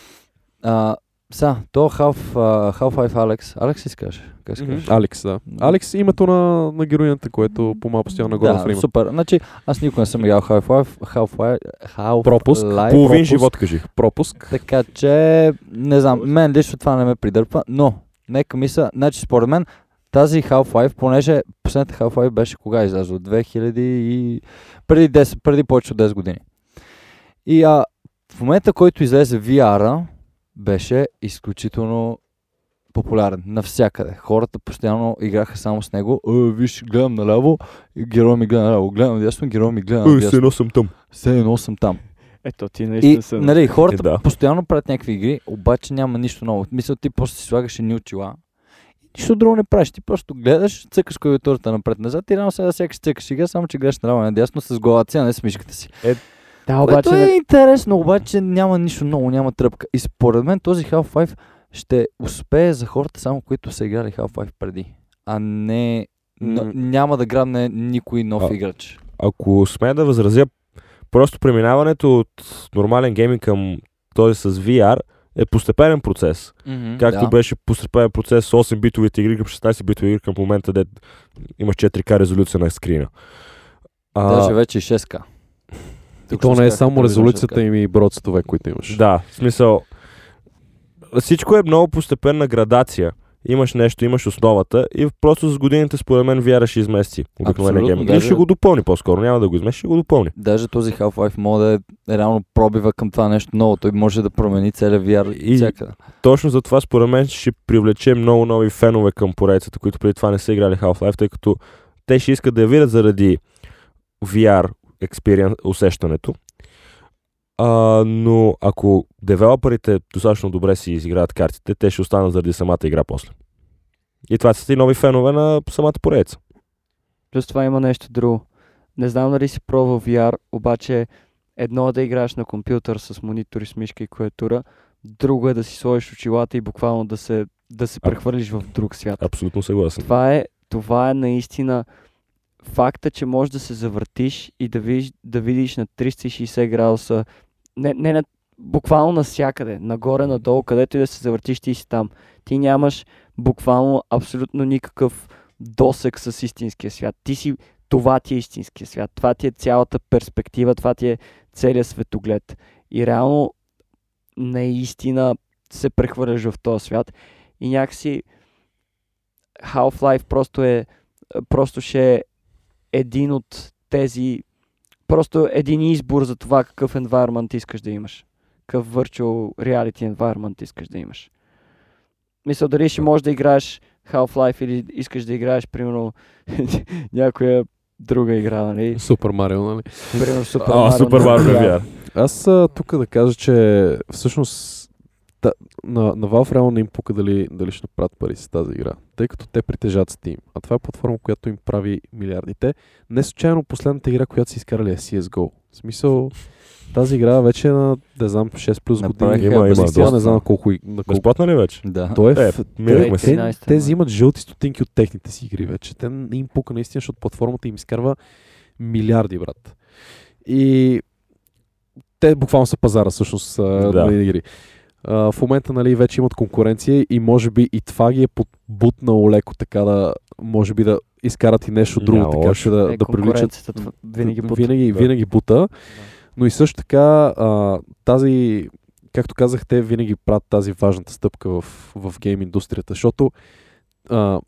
[SPEAKER 3] а, са, то е Half, а, Half-Life Alex. Алекс изкаже. Как се
[SPEAKER 2] Мгм.
[SPEAKER 3] каже?
[SPEAKER 2] Алекс, да. Алекс е името на, на героинята, което по-малко постоянно нагоре да, в
[SPEAKER 3] Да,
[SPEAKER 2] Рима.
[SPEAKER 3] супер. Значи, аз никога не съм играл Half-Life. Half-Life. Half
[SPEAKER 2] Пропуск.
[SPEAKER 4] Половин
[SPEAKER 2] пропуск.
[SPEAKER 4] живот, кажи.
[SPEAKER 2] Пропуск.
[SPEAKER 3] Така че, не знам, мен лично това не ме придърпва, но нека мисля, значи според мен тази Half-Life, понеже последната Half-Life беше кога излязла? 2000 и... преди, 10, преди повече от 10 години. И а, в момента, който излезе VR-а, беше изключително популярен навсякъде. Хората постоянно играха само с него. Е, виж, гледам наляво, герой ми гледа наляво, гледам дясно, герой ми гледа
[SPEAKER 4] Е, се
[SPEAKER 3] надясно.
[SPEAKER 4] едно съм тъм.
[SPEAKER 3] Все едно съм там.
[SPEAKER 5] Ето, ти
[SPEAKER 3] И,
[SPEAKER 5] наистина са.
[SPEAKER 3] нали, хората
[SPEAKER 4] Е, да.
[SPEAKER 3] постоянно правят някакви игри, обаче няма нищо ново. Мисля, ти просто си слагаш едни очила и нищо друго не правиш. Ти просто гледаш, цъкаш клавиатурата напред-назад и рано сега сякаш цъкаш сега, само че гледаш наляво и надясно с главата си, а не с мишката си.
[SPEAKER 1] Да,
[SPEAKER 3] Обаче,
[SPEAKER 1] обаче,
[SPEAKER 3] Което е
[SPEAKER 1] не-
[SPEAKER 3] интересно, обаче няма нищо ново, няма тръпка. И според мен този Half-Life ще успее за хората само, които са играли Half-Life преди, а не... н-
[SPEAKER 2] М.
[SPEAKER 3] няма да грабне никой нов
[SPEAKER 4] А,
[SPEAKER 3] играч.
[SPEAKER 4] ако сме да възразя, просто преминаването от нормален гейминг към този с VR е постепенен процес. Както
[SPEAKER 3] да.
[SPEAKER 4] беше постепенен процес с 8-битовите игри към 16-битови игри към момента, де имаш 4К резолюция на скрина. А,
[SPEAKER 3] Даже вече и 6К.
[SPEAKER 2] И
[SPEAKER 3] Тук
[SPEAKER 2] то
[SPEAKER 3] ще
[SPEAKER 2] не е
[SPEAKER 3] успях да
[SPEAKER 2] само
[SPEAKER 3] влизам в 6К.
[SPEAKER 2] резолюцията им и бродствове, които имаш.
[SPEAKER 4] Да, в смисъл. Всичко е много постепенна градация. Имаш нещо, имаш основата и просто с годините, според мен, вяра ще измести. Обикновено
[SPEAKER 3] Абсолютно,
[SPEAKER 4] гейминг. Или
[SPEAKER 3] даже-
[SPEAKER 4] ще го допълни по-скоро, няма да го измести, ще го допълни.
[SPEAKER 3] Даже този Half-Life може да е реално пробива към това нещо ново. Той може да промени целия VR
[SPEAKER 4] И-
[SPEAKER 3] и... всякъде.
[SPEAKER 4] Точно за това, според мен, ще привлече много нови фенове към поредицата, които преди това не са играли Half-Life, тъй като те ще искат да я видят заради VR experience, усещането. А, но ако девелоперите достатъчно добре си изиграят картите, те ще останат заради самата игра после. И това са ти нови фенове на самата поредица.
[SPEAKER 1] плюс това има нещо друго. Не знам дали си пробвал VR, обаче едно е да играеш на компютър с монитори, с мишка и клавиатура, друго е да си сложиш очилата и буквално да се, да се
[SPEAKER 4] А.
[SPEAKER 1] прехвърлиш в друг свят.
[SPEAKER 4] Абсолютно съгласен.
[SPEAKER 1] Това е, това е наистина факта, че можеш да се завъртиш и да видиш, да видиш на 360 градуса, не, не на буквално навсякъде, нагоре, надолу, където и да се завъртиш, ти си там. Ти нямаш буквално абсолютно никакъв досек с истинския свят. Ти си, това ти е истинския свят, това ти е цялата перспектива, това ти е целият светоглед. И реално наистина се прехвърляш в този свят и някакси Half-Life просто е просто ще е един от тези просто един избор за това какъв environment искаш да имаш. Какъв virtual reality environment искаш да имаш. Мисля, дали ще можеш да играеш Half-Life или искаш да играеш, примерно, някоя друга игра, нали?
[SPEAKER 2] Супер Марио, нали?
[SPEAKER 1] Примерно Super
[SPEAKER 4] А,
[SPEAKER 1] Mario.
[SPEAKER 4] супер
[SPEAKER 1] нали?
[SPEAKER 4] Mario
[SPEAKER 1] Да.
[SPEAKER 4] VR.
[SPEAKER 2] Аз а, тук да кажа, че всъщност та, на, на Valve реално не им пука дали, дали ще направят пари с тази игра, тъй като те притежат Steam, а това е платформа, която им прави милиардите. Не случайно последната игра, която са изкарали е CSGO. В смисъл, тази игра вече е на, да знам, 6 плюс години.
[SPEAKER 3] Направиха
[SPEAKER 4] Има, има,
[SPEAKER 2] Сега не
[SPEAKER 3] доста.
[SPEAKER 2] знам колко, и- на колко
[SPEAKER 4] Безплатно ли вече?
[SPEAKER 3] Да.
[SPEAKER 2] Той е,
[SPEAKER 4] Е,
[SPEAKER 2] в...
[SPEAKER 4] минахме
[SPEAKER 1] се.
[SPEAKER 2] те, те
[SPEAKER 1] 13-та,
[SPEAKER 2] взимат жълти стотинки от техните си игри вече. Те не им пука наистина, защото платформата им изкарва милиарди, брат. И те буквално са пазара, всъщност, да.
[SPEAKER 4] Да.
[SPEAKER 2] на игри. А, в момента, нали, вече имат конкуренция и може би и това ги е подбутнало леко така да, може би да изкарат и нещо
[SPEAKER 4] Няма
[SPEAKER 2] друго, така
[SPEAKER 4] лошо.
[SPEAKER 2] че да,
[SPEAKER 1] Е,
[SPEAKER 2] да привличат
[SPEAKER 1] конкуренцията това винаги
[SPEAKER 2] Д-
[SPEAKER 1] бут.
[SPEAKER 2] Винаги,
[SPEAKER 4] Да.
[SPEAKER 2] винаги бута. Но и също така, а, тази, както казах, те винаги правят тази важната стъпка в, в гейм индустрията, защото а,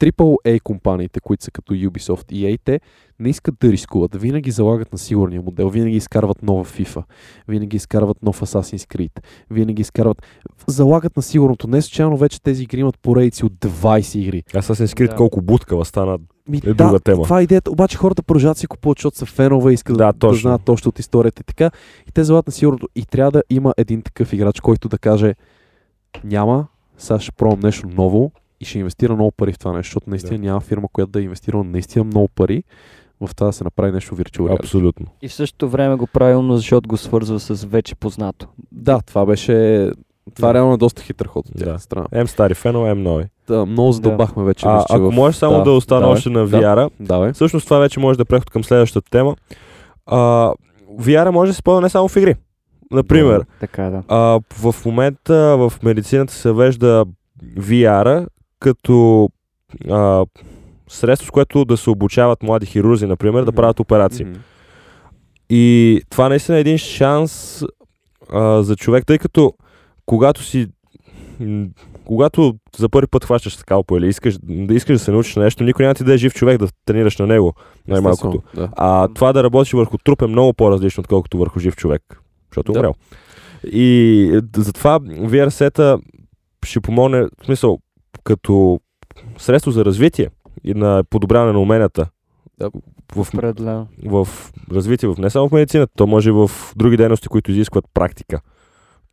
[SPEAKER 2] AAA компаниите, които са като Ubisoft и EA, те не искат да рискуват. Винаги залагат на сигурния модел, винаги изкарват нова FIFA, винаги изкарват нов Assassin's Creed, винаги изкарват... Залагат на сигурното. Не случайно вече тези игри имат поредици от 20 игри.
[SPEAKER 4] Аз съм скрит
[SPEAKER 1] Да.
[SPEAKER 4] колко буткава стана.
[SPEAKER 2] Ми,
[SPEAKER 4] Е друга тема.
[SPEAKER 2] Това е идеята. Обаче хората продължават да си купуват, защото са фенове и искат
[SPEAKER 4] Да,
[SPEAKER 2] да, да
[SPEAKER 4] точно.
[SPEAKER 2] знаят още от историята и така. И те залагат на сигурното. И трябва да има един такъв играч, който да каже няма, сега ще пробвам нещо ново и ще инвестира много пари в това нещо, защото наистина няма фирма, която да е инвестирала наистина много пари в това да се направи нещо виртуално.
[SPEAKER 4] Абсолютно.
[SPEAKER 1] И в същото време го прави умно, защото го свързва с вече познато.
[SPEAKER 2] Да, това беше... Това
[SPEAKER 4] Да.
[SPEAKER 2] реално е доста хитър ход от
[SPEAKER 4] Да.
[SPEAKER 2] тяхна страна.
[SPEAKER 4] Ем стари фенове, ем нови.
[SPEAKER 2] Та, много задълбахме вече.
[SPEAKER 4] А,
[SPEAKER 2] мисля, че
[SPEAKER 4] ако
[SPEAKER 2] в...
[SPEAKER 4] можеш само
[SPEAKER 2] да,
[SPEAKER 4] да, остана
[SPEAKER 2] давай,
[SPEAKER 4] още на
[SPEAKER 2] да.
[SPEAKER 4] VR-а,
[SPEAKER 2] Давай.
[SPEAKER 4] Всъщност това вече може да е преход към следващата тема. А, VR може да се използва не само в игри. Например,
[SPEAKER 1] Така, да.
[SPEAKER 4] а, в момента в медицината се вежда VR като а, средство, с което да се обучават млади хирурзи, например, да
[SPEAKER 2] Мгм.
[SPEAKER 4] правят операции.
[SPEAKER 2] Мгм.
[SPEAKER 4] И това наистина е един шанс а, за човек, тъй като когато си м, когато за първи път хващаш скалпо или искаш да, искаш да се научиш на нещо, никой няма ти да е жив човек да тренираш на него, най-малкото.
[SPEAKER 2] Естествено, Да.
[SPEAKER 4] А това да работиш върху труп е много по-различно, отколкото върху жив човек, защото е
[SPEAKER 2] Да.
[SPEAKER 4] умрял. И е, д- затова VR-сета ще помогне, в смисъл, като средство за развитие и на подобряване на уменията.
[SPEAKER 2] Да.
[SPEAKER 4] В,
[SPEAKER 1] Определено.
[SPEAKER 4] в развитие, в не само в медицината, то може и в други дейности, които изискват практика,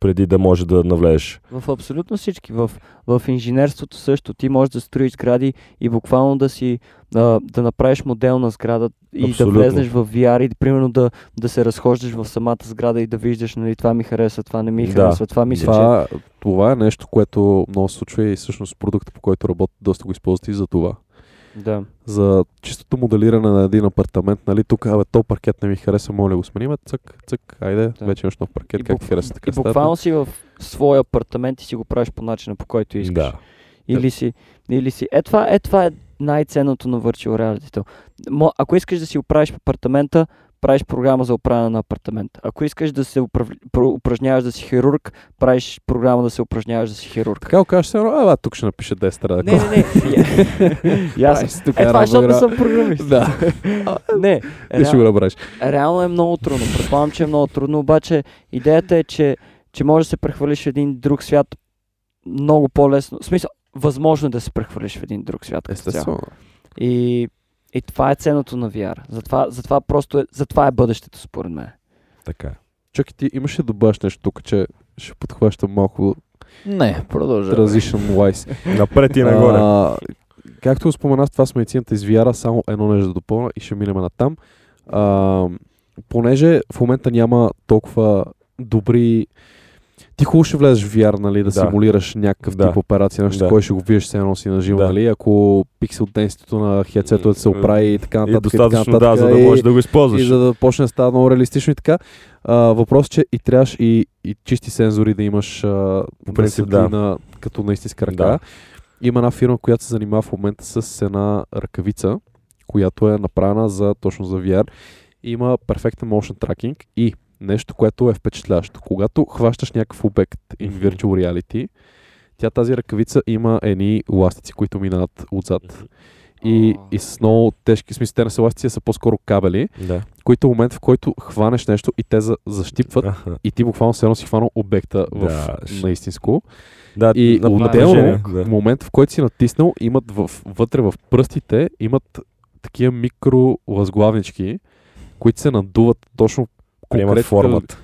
[SPEAKER 4] преди да може да навлезеш.
[SPEAKER 1] В абсолютно всички. В, в инженерството също. Ти можеш да строиш сгради и буквално да си а, да направиш модел на сграда и
[SPEAKER 4] Абсолютно.
[SPEAKER 1] да влезнеш в VR и примерно да, да се разхождаш в самата сграда и да виждаш, нали, това ми харесва, това не ми
[SPEAKER 4] Да.
[SPEAKER 1] харесва, това мисля, че...
[SPEAKER 2] това, това е нещо, което много се случва и всъщност продукта, по който работят, доста го използват и за това.
[SPEAKER 4] е
[SPEAKER 1] Да.
[SPEAKER 2] За чистото моделиране на един апартамент, нали, тук, абе, то паркет не ми харесва, моля го смениме, цък, цък, айде,
[SPEAKER 1] Да.
[SPEAKER 2] вече имаш нов паркет,
[SPEAKER 1] И
[SPEAKER 2] как ти
[SPEAKER 1] букв-
[SPEAKER 2] харесва така
[SPEAKER 1] И буквално си в своя апартамент и си го правиш по начина, по който искаш.
[SPEAKER 4] Да.
[SPEAKER 1] Или си, или си. Е, това е, това е най-ценното на Virtual Reality. Мо- Ако искаш да си оправиш апартамента, правиш програма за оправяне на апартамент. Ако искаш да се управ... про- упражняваш да си хирург, правиш програма да се упражняваш да си хирург.
[SPEAKER 2] Така го кажеш, се едно, абе, тук ще напиша 10 страда.
[SPEAKER 1] Не, не, не. Я- Ясно.
[SPEAKER 2] Правиш тук
[SPEAKER 1] Е, това
[SPEAKER 2] една
[SPEAKER 1] е, защото не
[SPEAKER 2] игра.
[SPEAKER 1] съм Е, програмист.
[SPEAKER 2] Да,
[SPEAKER 1] Не.
[SPEAKER 2] ти ще го направиш.
[SPEAKER 1] Реално е много трудно. Предполагам, че е много трудно, обаче идеята е, че, че може да се прехвърлиш в един друг свят много по-лесно. В смисъл, възможно е да се прехвърлиш в един друг свят. като цяло.
[SPEAKER 2] Естествено.
[SPEAKER 1] И, и това е ценното на VR. Затова, затова просто е, затова е бъдещето, според мен.
[SPEAKER 4] Така е.
[SPEAKER 2] Чакай, ти имаш ли да добавиш нещо тук, че ще подхващам малко
[SPEAKER 3] Не, продължавай.
[SPEAKER 2] transition wise?
[SPEAKER 4] Напред и нагоре.
[SPEAKER 2] А, както споменах, това с медицината из VR, само едно нещо да допълна и ще минем на там. А, понеже в момента няма толкова добри... Ти хубаво ще влезеш в VR, нали, да,
[SPEAKER 4] Да.
[SPEAKER 2] симулираш някакъв
[SPEAKER 4] Да.
[SPEAKER 2] тип операция, нещо,
[SPEAKER 4] Да.
[SPEAKER 2] кой ще го виеш се носи на живо,
[SPEAKER 4] Да.
[SPEAKER 2] нали? Ако пиксел денситето на хедсето се оправи и така
[SPEAKER 4] И
[SPEAKER 2] нататък. и така
[SPEAKER 4] достатъчно, да,
[SPEAKER 2] нататък,
[SPEAKER 4] за да
[SPEAKER 2] и-
[SPEAKER 4] можеш да го използваш.
[SPEAKER 2] и за да почне да става много реалистично и така. А, въпрос, че и трябваш и, и чисти сензори да имаш а,
[SPEAKER 4] По принцип,
[SPEAKER 2] да.
[SPEAKER 4] да.
[SPEAKER 2] На, като на истинска ръка.
[SPEAKER 4] Да.
[SPEAKER 2] Има една фирма, която се занимава в момента с една ръкавица, която е направена за, точно за VR. Има перфектен motion tracking и нещо, което е впечатляващо. Когато хващаш някакъв обект in
[SPEAKER 4] Мгм.
[SPEAKER 2] virtual reality, тя тази ръкавица има едни ластици, които минават отзад. И, и с много тежки, в смисъл, те не са ластици, а са по-скоро кабели,
[SPEAKER 4] Да.
[SPEAKER 2] които в момент, в който хванеш нещо и те за, защипват,
[SPEAKER 4] Аха.
[SPEAKER 2] и ти буквално все едно си хванал обекта в
[SPEAKER 4] Да, ще-
[SPEAKER 2] наистинско.
[SPEAKER 4] Да,
[SPEAKER 2] И
[SPEAKER 4] на
[SPEAKER 2] отделно,
[SPEAKER 4] напрежение, да.
[SPEAKER 2] в момент, в който си натиснал, имат в, вътре в пръстите, имат такива микровъзглавнички, които се надуват точно
[SPEAKER 4] приемат
[SPEAKER 2] конкретно-
[SPEAKER 4] формата.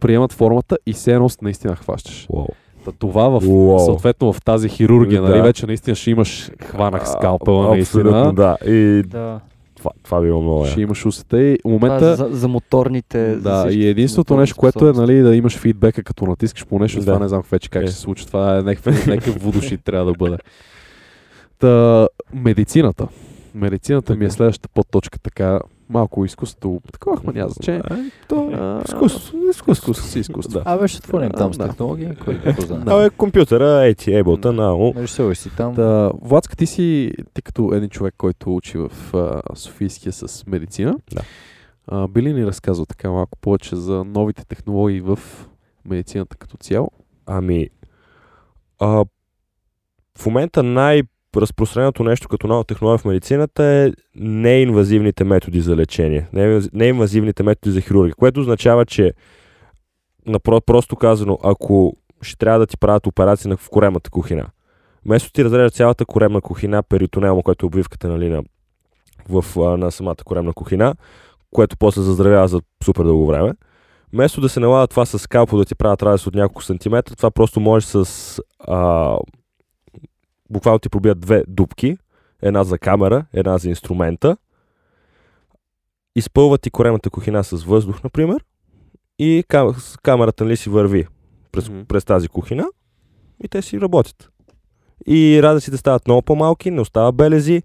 [SPEAKER 2] приемат формата и все едно наистина хващаш.
[SPEAKER 4] Уау.
[SPEAKER 2] Та това в
[SPEAKER 4] Уау.
[SPEAKER 2] съответно в тази хирургия,
[SPEAKER 4] Да.
[SPEAKER 2] нали, вече наистина ще имаш хванах скалпела,
[SPEAKER 4] А, Абсолютно,
[SPEAKER 2] наистина.
[SPEAKER 4] да. И
[SPEAKER 1] Да.
[SPEAKER 4] това, това било много
[SPEAKER 2] Ще
[SPEAKER 4] яко.
[SPEAKER 2] имаш усета и в момента...
[SPEAKER 1] Това е за, за моторните. за
[SPEAKER 2] Да,
[SPEAKER 1] всички
[SPEAKER 2] и единственото
[SPEAKER 1] моторни
[SPEAKER 2] нещо, което е
[SPEAKER 1] способности.
[SPEAKER 2] нали, да имаш фидбека, като натискаш по нещо,
[SPEAKER 4] Да.
[SPEAKER 2] това не знам вече как
[SPEAKER 4] Е.
[SPEAKER 2] ще се случи. Това е някакъв, някакъв водуши трябва да бъде. Та, медицината. Медицината ми е следващата подточка, така малко изкуството. Такова, ма няма значение.
[SPEAKER 4] Е, то е
[SPEAKER 2] А,
[SPEAKER 4] Изкуство, изкуство, изкуство.
[SPEAKER 2] изкуство.
[SPEAKER 4] Да.
[SPEAKER 3] Абе, ще отворим
[SPEAKER 2] А,
[SPEAKER 3] там с
[SPEAKER 2] да.
[SPEAKER 3] технологии, кой да познае.
[SPEAKER 4] Абе, компютъра, ети, Ableton,
[SPEAKER 2] Да.
[SPEAKER 4] ау.
[SPEAKER 3] Между себе си там.
[SPEAKER 2] Та, Владска, ти си, ти като един човек, който учи в а, Софийския с медицина,
[SPEAKER 4] Да.
[SPEAKER 2] а, би ли ни разказал така малко повече за новите технологии в медицината като цяло?
[SPEAKER 4] Ами, а, в момента най-разпространеното нещо като нова технология в медицината е неинвазивните методи за лечение, неинваз- неинвазивните методи за хирургия, което означава, че напро- просто казано, ако ще трябва да ти правят операции на- в коремната кухина, вместо ти разрежат цялата коремна кухина, перитонеума, което е обвивката на лина в, а, на самата коремна кухина, което после заздравява за супер дълго време, Вместо да се налага това с скалпо да ти правят разлез от няколко сантиметра, това просто може с... А, буквално ти пробият две дупки, една за камера, една за инструмента. Изпълват ти коремната кухина с въздух, например, и кам- с камерата нали си върви през,
[SPEAKER 2] Мгм.
[SPEAKER 4] през тази кухина и те си работят. И разлиците стават много по-малки, не остава белези,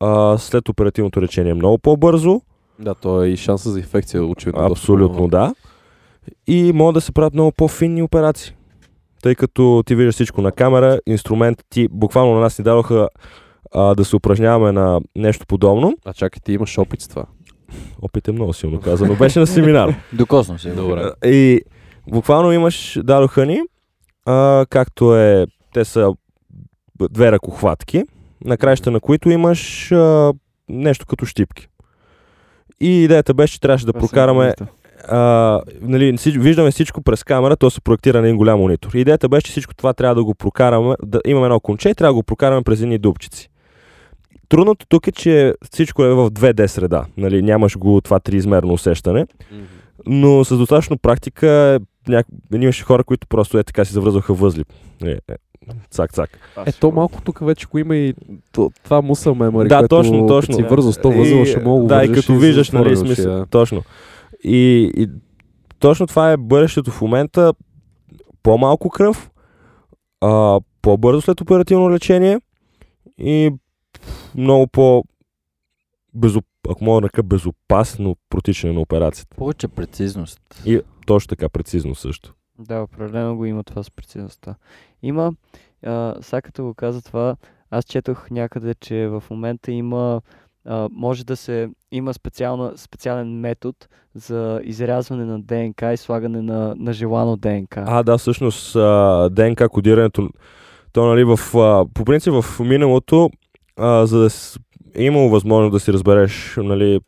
[SPEAKER 4] а, след оперативното лечение е много по-бързо,
[SPEAKER 2] Да, то е и шанса за инфекция, очевидно. доста
[SPEAKER 4] Абсолютно,
[SPEAKER 2] по-малък.
[SPEAKER 4] да. И могат да се правят много по-финни операции. Тъй като ти виждаш всичко на камера, инструмент ти, буквално на нас ни дадоха а, да се упражняваме на нещо подобно.
[SPEAKER 2] А чакай, ти имаш опит с това.
[SPEAKER 4] Опит е много силно казано. Беше на семинар.
[SPEAKER 3] Докосна се.
[SPEAKER 2] Добре.
[SPEAKER 4] И буквално имаш, дадоха ни, а, както е, те са б- две ръкохватки, на краища на които имаш а, нещо като щипки. И идеята беше, че трябваше да
[SPEAKER 5] Това са
[SPEAKER 4] прокараме
[SPEAKER 5] нещата.
[SPEAKER 4] а, нали, всич- виждаме всичко през камера, то се проектира на един голям монитор. Идеята беше, че всичко това трябва да го прокараме, да имаме едно конче и трябва да го прокараме през едни дупчици. Трудното тук е, че всичко е в 2D среда. Нали, нямаш го това триизмерно усещане. Но с достатъчно практика е, ня... имаше хора, които просто е така си завръзваха възли. Нали, е, Цак-цак.
[SPEAKER 2] Е, то малко тук вече го има и то, това мусъл мемори,
[SPEAKER 4] Да,
[SPEAKER 2] което
[SPEAKER 4] точно,
[SPEAKER 2] като
[SPEAKER 4] точно.
[SPEAKER 2] си вързал с то
[SPEAKER 4] И-
[SPEAKER 2] възел, ще мога
[SPEAKER 4] Да, и като виждаш, нали, смисъл. Точно. И, и точно това е бъдещето в момента. По-малко кръв, а, по-бързо след оперативно лечение и много по- безоп... ако мога да кажа, безопасно протичане на операцията.
[SPEAKER 3] Повече прецизност.
[SPEAKER 4] И точно така прецизно също.
[SPEAKER 1] Да, определено го има това с прецизността. Има, а, сега като го каза това, аз четох някъде, че в момента има, а, може да се, има специална, специален метод за изрязване на ДНК и слагане на, на желано ДНК.
[SPEAKER 4] А, да, всъщност а, ДНК кодирането, то нали в, а, по принцип в миналото, а, за да с, е имало възможност да си разбереш нали,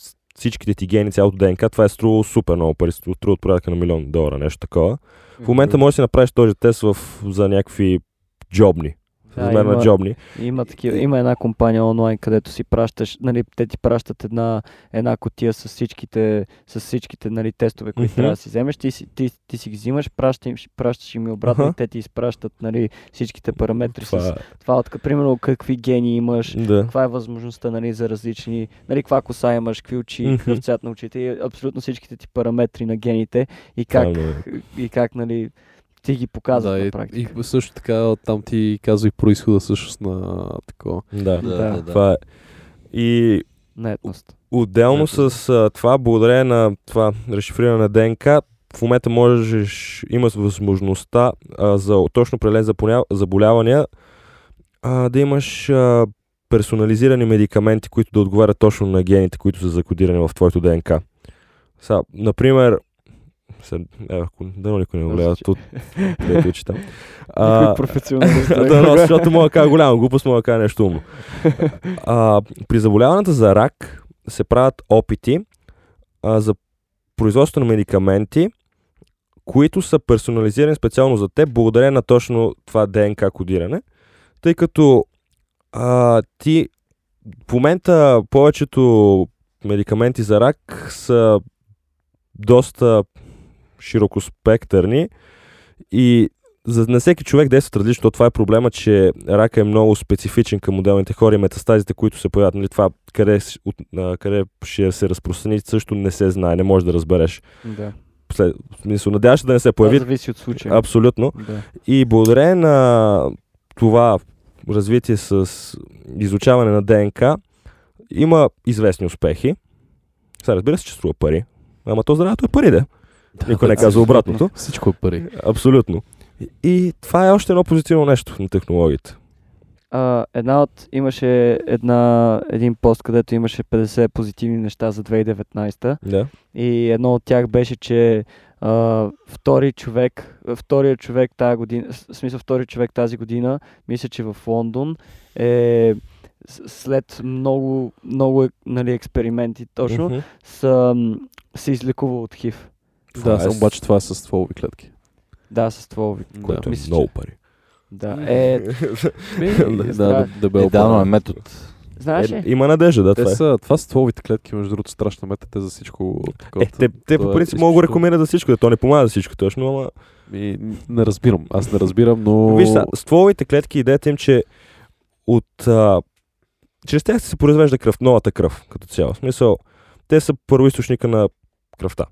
[SPEAKER 4] с- всичките ти гени, цялото ДНК, това е струвало супер много пари, струва от порядка на милион долара, нещо такова. В момента можеш да си направиш този тест в, за някакви джобни, в
[SPEAKER 1] Да,
[SPEAKER 4] размер на
[SPEAKER 1] има-
[SPEAKER 4] джобни.
[SPEAKER 1] Има, такива, има една компания онлайн, където си пращаш, нали, те ти пращат една, една котия с всичките, с всичките нали, тестове, които
[SPEAKER 4] Мгм.
[SPEAKER 1] трябва да си вземеш. Ти, си- ти, ти си ги взимаш, пращаш, им- пращаш им и обратно и
[SPEAKER 4] Аха.
[SPEAKER 1] те ти изпращат нали, всичките параметри. Това, с,
[SPEAKER 4] Това,
[SPEAKER 1] това от, примерно, какви гени имаш,
[SPEAKER 4] е- да.
[SPEAKER 1] каква е възможността нали, за различни, нали, каква коса имаш, какви очи,
[SPEAKER 4] Мгм.
[SPEAKER 1] какъв цвят на очите и абсолютно всичките ти параметри на гените и
[SPEAKER 4] Това е
[SPEAKER 1] как,
[SPEAKER 4] много.
[SPEAKER 1] и как нали, ти ги показва
[SPEAKER 2] да,
[SPEAKER 1] на
[SPEAKER 2] и,
[SPEAKER 1] практика.
[SPEAKER 2] и, също така там ти казва и происхода всъщност на такова.
[SPEAKER 4] Да.
[SPEAKER 1] Да, да, да.
[SPEAKER 4] Това е. И
[SPEAKER 1] На етност.
[SPEAKER 4] отделно
[SPEAKER 2] Ето.
[SPEAKER 4] с а, това, благодарение на това разшифриране на ДНК, в момента можеш, имаш възможността а, за точно определен запоня- заболявания а, да имаш а, персонализирани медикаменти, които да отговарят точно на гените, които са закодирани в твоето ДНК. Са, например, се- е, ако дано никой не го гледа,
[SPEAKER 1] Звучи.
[SPEAKER 4] тут, където и чета.
[SPEAKER 5] Никой
[SPEAKER 4] А,
[SPEAKER 5] професионалист.
[SPEAKER 4] да, но, защото мога да кажа голяма глупост, мога да кажа нещо умно. А, при заболяването за рак се правят опити а, за производство на медикаменти, които са персонализирани специално за теб, благодарение на точно това ДНК кодиране, тъй като а, ти в момента повечето медикаменти за рак са доста широкоспектърни и за на всеки човек действат различно. Това е проблема, че рака е много специфичен към отделните хора и метастазите, които се появят. Нали, това къде, с- от, а, къде ще се разпространи, също не се знае, не можеш да разбереш.
[SPEAKER 1] Да.
[SPEAKER 4] След, в смисъл, надяваш се да не се появи.
[SPEAKER 1] Това зависи от случая.
[SPEAKER 4] Абсолютно.
[SPEAKER 1] Да.
[SPEAKER 4] И благодарение на това развитие с изучаване на ДНК, има известни успехи. Сега разбира се, че струва пари. Ама то здравето е пари, да. Никой не казва обратното.
[SPEAKER 2] Всичко е пари.
[SPEAKER 4] Абсолютно. И- И това е още едно позитивно нещо на технологиите.
[SPEAKER 1] А, една от, имаше една, един пост, където имаше 50 позитивни неща за 2019
[SPEAKER 4] Да.
[SPEAKER 1] и едно от тях беше, че а, втори човек, втория човек тази година, в смисъл втори човек тази година, мисля, че в Лондон е с- след много, много нали, експерименти точно,
[SPEAKER 4] Мгм.
[SPEAKER 1] са, м, се излекува от хив.
[SPEAKER 4] Това
[SPEAKER 2] Да,
[SPEAKER 4] е с-
[SPEAKER 2] с... обаче това е с твои клетки.
[SPEAKER 1] Да, с стволови.
[SPEAKER 4] Което е
[SPEAKER 1] мисля, че-
[SPEAKER 4] много пари.
[SPEAKER 1] Да. Е,
[SPEAKER 2] да, да, да, дебело
[SPEAKER 3] Е, да, но е
[SPEAKER 2] пари.
[SPEAKER 3] метод.
[SPEAKER 1] знаеш ли?
[SPEAKER 4] Е, има надежда, да,
[SPEAKER 2] Те
[SPEAKER 4] това е.
[SPEAKER 2] са, това са стволовите клетки, между другото, страшна мета, те за всичко. такова.
[SPEAKER 4] Е, те, те
[SPEAKER 2] То
[SPEAKER 4] по
[SPEAKER 2] е
[SPEAKER 4] принцип могат да го
[SPEAKER 2] изключително-
[SPEAKER 4] рекомендат за всичко, да то не помага за всичко точно, ама...
[SPEAKER 2] Ми, не разбирам, аз не разбирам, но...
[SPEAKER 4] Виж, са, стволовите клетки, идеята им, че от... А, чрез тях се произвежда кръв, новата кръв, като цяло. В смисъл, те са първоисточника на кръвта.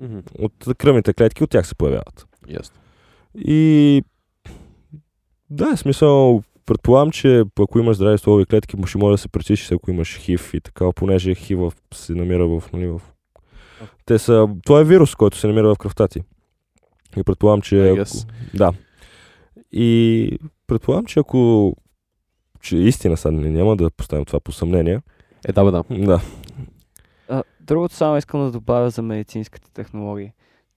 [SPEAKER 2] Мгм,
[SPEAKER 4] От кръвните клетки, от тях се появяват.
[SPEAKER 2] Ясно.
[SPEAKER 4] И да, в смисъл, предполагам, че ако имаш здрави стволови клетки, ще може да се пречиш, ако имаш хив и така, понеже хив се намира в, нали, в... Те са... Това е вирус, който се намира в кръвта ти. И предполагам, че...
[SPEAKER 2] I
[SPEAKER 4] Ако...
[SPEAKER 2] guess.
[SPEAKER 4] Да. И предполагам, че ако... Че е истина са, не- няма да поставим това по съмнение.
[SPEAKER 2] Е, да, бе, да.
[SPEAKER 4] Да.
[SPEAKER 1] А, другото само искам да добавя за медицинските технологии.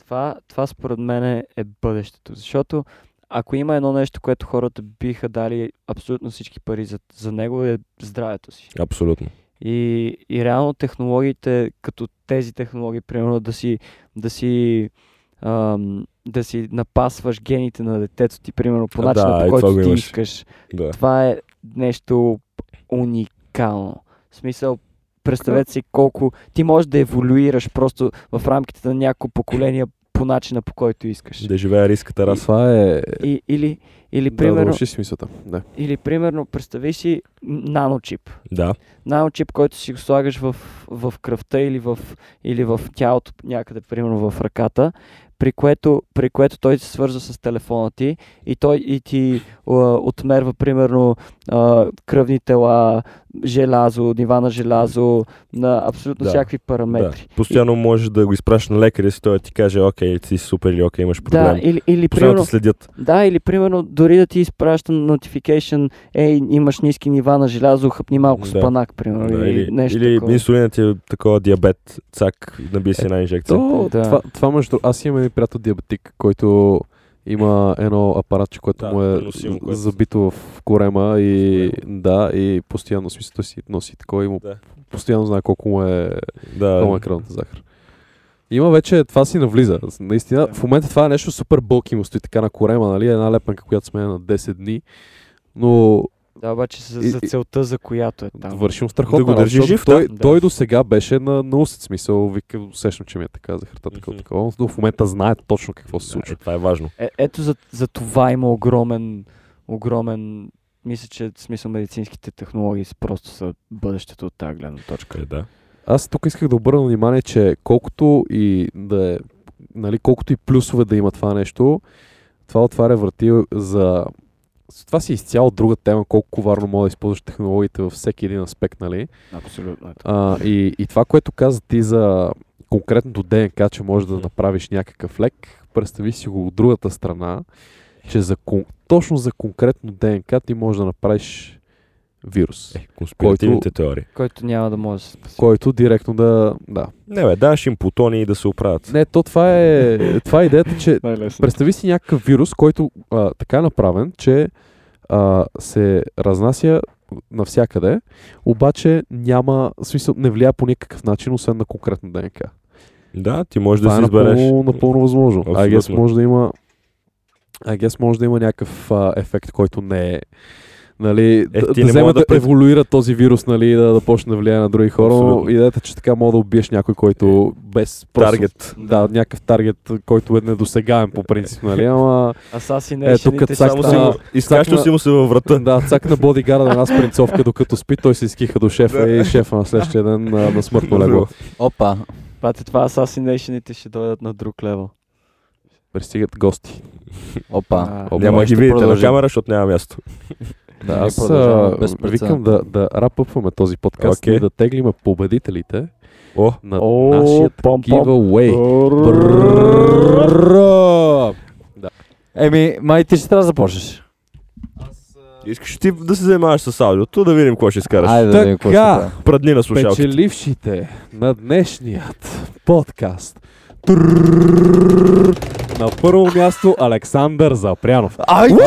[SPEAKER 1] Това, това според мен е бъдещето, защото ако има едно нещо, което хората биха дали абсолютно всички пари за, за него, е здравето си.
[SPEAKER 4] Абсолютно.
[SPEAKER 1] И, и реално технологиите, като тези технологии, примерно да си, да си, ам, да си напасваш гените на детето ти, примерно по
[SPEAKER 4] Да,
[SPEAKER 1] начина,
[SPEAKER 4] и
[SPEAKER 1] по
[SPEAKER 4] това го
[SPEAKER 1] който ти
[SPEAKER 4] имаш.
[SPEAKER 1] искаш,
[SPEAKER 4] Да.
[SPEAKER 1] това е нещо уникално. В смисъл, представете си колко ти можеш да еволюираш просто в рамките на няколко поколения по начина по който искаш.
[SPEAKER 4] Да живее риската раз.
[SPEAKER 2] Това е...
[SPEAKER 1] И, или, или,
[SPEAKER 2] Да, да
[SPEAKER 1] примерно,
[SPEAKER 2] реши си мисълта. Да.
[SPEAKER 1] или примерно, представи си м, наночип.
[SPEAKER 4] Да.
[SPEAKER 1] Наночип, който си го слагаш в, в кръвта или в, или в тялото, някъде, примерно в ръката, при което, при което той се свързва с телефона ти и той и ти а, отмерва, примерно, а, кръвни тела, желязо, нива на желязо, на абсолютно
[SPEAKER 4] Да.
[SPEAKER 1] всякакви
[SPEAKER 4] Да.
[SPEAKER 1] параметри.
[SPEAKER 4] Постоянно можеш да го изпращаш на лекаря си, той да ти каже, окей, ти си супер или окей, имаш проблем.
[SPEAKER 1] Да, или, или
[SPEAKER 4] Постоянно
[SPEAKER 1] примерно,
[SPEAKER 4] те следят.
[SPEAKER 1] Да, или примерно дори да ти изпраща notification, ей, имаш ниски нива на желязо, хъпни малко
[SPEAKER 4] Да.
[SPEAKER 1] спанак, примерно,
[SPEAKER 2] Ами,
[SPEAKER 4] Да,
[SPEAKER 1] или, нещо
[SPEAKER 4] или
[SPEAKER 1] такова.
[SPEAKER 4] инсулинът ти е такова диабет, цак, наби си една инжекция.
[SPEAKER 2] Е, То,
[SPEAKER 1] Да.
[SPEAKER 2] да. това, това между... Аз имам един приятел диабетик, който има едно апаратче, което
[SPEAKER 4] Да,
[SPEAKER 2] му е
[SPEAKER 4] преносимо, което-
[SPEAKER 2] забито в корема и да, и постоянно в смисъл той си носи такова и му
[SPEAKER 4] Да.
[SPEAKER 2] постоянно знае колко му е,
[SPEAKER 4] Да,
[SPEAKER 2] колко му е кръвната захар. Има вече, това си навлиза. Наистина, в момента това е нещо супер бълки му стои така на корема, нали? Една лепенка, която сме на 10 дни. Но
[SPEAKER 1] Да, обаче за,
[SPEAKER 2] И-
[SPEAKER 1] за целта, за която е там.
[SPEAKER 2] върши му страхотно.
[SPEAKER 4] Да го държи жив,
[SPEAKER 2] той,
[SPEAKER 1] да.
[SPEAKER 2] той до сега беше на, на усет смисъл. Вика, усещам, че ми е така захарта, така,
[SPEAKER 4] Мгм.
[SPEAKER 2] такова. Но в момента знае точно какво се
[SPEAKER 4] да,
[SPEAKER 2] случва.
[SPEAKER 4] е, това е важно.
[SPEAKER 1] Е, ето за, за това има огромен, огромен, мисля, че в смисъл медицинските технологии с- просто са бъдещето от тази гледна точка.
[SPEAKER 4] Къде, е, да.
[SPEAKER 2] Аз тук исках да обърна внимание, че колкото и да е, нали, колкото и плюсове да има това нещо, това отваря врати за... с- Това си изцяло друга тема, колко коварно може да използваш технологиите във всеки един аспект, нали?
[SPEAKER 1] е
[SPEAKER 7] Абсолютно.
[SPEAKER 2] А, и, и това, което каза ти за конкретното ДНК, че можеш да направиш някакъв лек, представи си го от другата страна, че за, кон- точно за конкретно ДНК ти можеш да направиш вирус,
[SPEAKER 4] Е, конспиративните теории.
[SPEAKER 1] който няма да може да се спаси.
[SPEAKER 2] който директно да... да.
[SPEAKER 4] Не бе, даш им плутони и да се оправят.
[SPEAKER 2] Не, то това е, това е идеята, че
[SPEAKER 7] Най-лесно.
[SPEAKER 2] представи си някакъв вирус, който а, така е направен, че а, се разнася навсякъде, обаче няма в смисъл, не влияе по никакъв начин, освен на конкретно ДНК.
[SPEAKER 4] Да, ти можеш да
[SPEAKER 2] Това
[SPEAKER 4] си
[SPEAKER 2] е
[SPEAKER 4] избереш.
[SPEAKER 2] напълно, напълно възможно. I guess
[SPEAKER 4] Абсолютно.
[SPEAKER 2] може да има I guess може да има някакъв а, ефект, който не е Нали,
[SPEAKER 4] Е,
[SPEAKER 2] е, да, да
[SPEAKER 4] ти не мога
[SPEAKER 2] вземе
[SPEAKER 4] да
[SPEAKER 2] да,
[SPEAKER 4] пред-
[SPEAKER 2] еволюира този вирус, нали, да, да почне да влияе на други хора,
[SPEAKER 4] Абсолютно. Е,
[SPEAKER 2] но идеята, е, че така мога да убиеш някой, който без просто-
[SPEAKER 4] Таргет.
[SPEAKER 2] Да, някакъв таргет, който е недосегаем по принцип, нали, ама
[SPEAKER 1] Assassination.
[SPEAKER 2] е, тук цак,
[SPEAKER 4] Само си
[SPEAKER 2] на,
[SPEAKER 4] му, изкачал си му се във врата.
[SPEAKER 2] да, цак на бодигарда една спринцовка, докато спи, той се изкиха до шефа и шефа на следващия ден а, на смъртно легло.
[SPEAKER 3] Опа.
[SPEAKER 1] Пате, това Assassinationите ще дойдат на друг левел.
[SPEAKER 2] Пристигат гости.
[SPEAKER 3] Опа.
[SPEAKER 1] А,
[SPEAKER 2] Обаче
[SPEAKER 4] Няма да ги видите на
[SPEAKER 2] нали?
[SPEAKER 3] продължим.
[SPEAKER 4] камера, защото няма място.
[SPEAKER 2] Да,
[SPEAKER 3] Ние
[SPEAKER 2] аз
[SPEAKER 3] продължаваме
[SPEAKER 2] а,
[SPEAKER 3] без преценка.
[SPEAKER 2] викам да, да рапъпваме този подкаст
[SPEAKER 4] Окей.
[SPEAKER 2] и да теглиме победителите
[SPEAKER 4] О,
[SPEAKER 2] на
[SPEAKER 5] О,
[SPEAKER 2] нашия
[SPEAKER 5] пом, пом.
[SPEAKER 2] giveaway. Бррррррррррррррррррррррррррррррррррр.
[SPEAKER 3] Еми, май ти ще трябва да започнеш.
[SPEAKER 4] искаш ти да се занимаваш с аудиото, да видим какво ще изкараш.
[SPEAKER 3] Айде да видим какво ще
[SPEAKER 2] Така.
[SPEAKER 3] правим.
[SPEAKER 4] Прадни на слушалките.
[SPEAKER 2] Печелившите на днешният подкаст. На първо място Александър Запрянов.
[SPEAKER 3] Айде!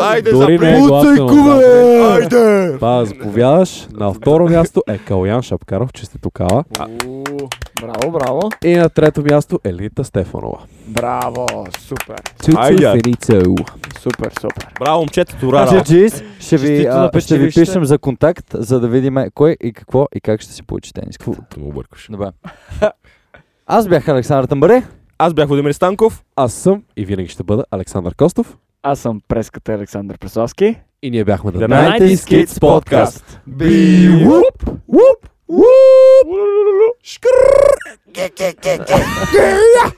[SPEAKER 4] Айде,
[SPEAKER 2] Дори не е
[SPEAKER 4] запуцай,
[SPEAKER 2] гласен
[SPEAKER 4] кубе!
[SPEAKER 2] отзад.
[SPEAKER 4] Айде!
[SPEAKER 2] Това заповядаш. На второ място е Калян Шапкаров, че сте тукава.
[SPEAKER 7] Браво, браво.
[SPEAKER 2] И на трето място Елита Стефанова.
[SPEAKER 7] Браво, супер.
[SPEAKER 4] Айде.
[SPEAKER 2] Феницел.
[SPEAKER 7] Супер, супер.
[SPEAKER 4] Браво, момчета,
[SPEAKER 3] Значи,
[SPEAKER 4] турара.
[SPEAKER 3] Джиз, ще ви,
[SPEAKER 1] Честито
[SPEAKER 3] а,
[SPEAKER 1] на
[SPEAKER 3] ще ви
[SPEAKER 1] печелившите.
[SPEAKER 3] пишем за контакт, за да видим кой и какво и как ще си получи тениската.
[SPEAKER 4] Ти му объркаш.
[SPEAKER 3] Добре. Аз бях Александър Тамбаре.
[SPEAKER 4] Аз бях Владимир Станков.
[SPEAKER 2] Аз съм и винаги ще бъда Александър Костов.
[SPEAKER 7] Аз съм преската Александър Преславски.
[SPEAKER 2] И ние бяхме
[SPEAKER 4] The
[SPEAKER 2] да
[SPEAKER 4] Night
[SPEAKER 3] is Kids
[SPEAKER 4] Podcast.
[SPEAKER 3] Би!
[SPEAKER 4] Уп!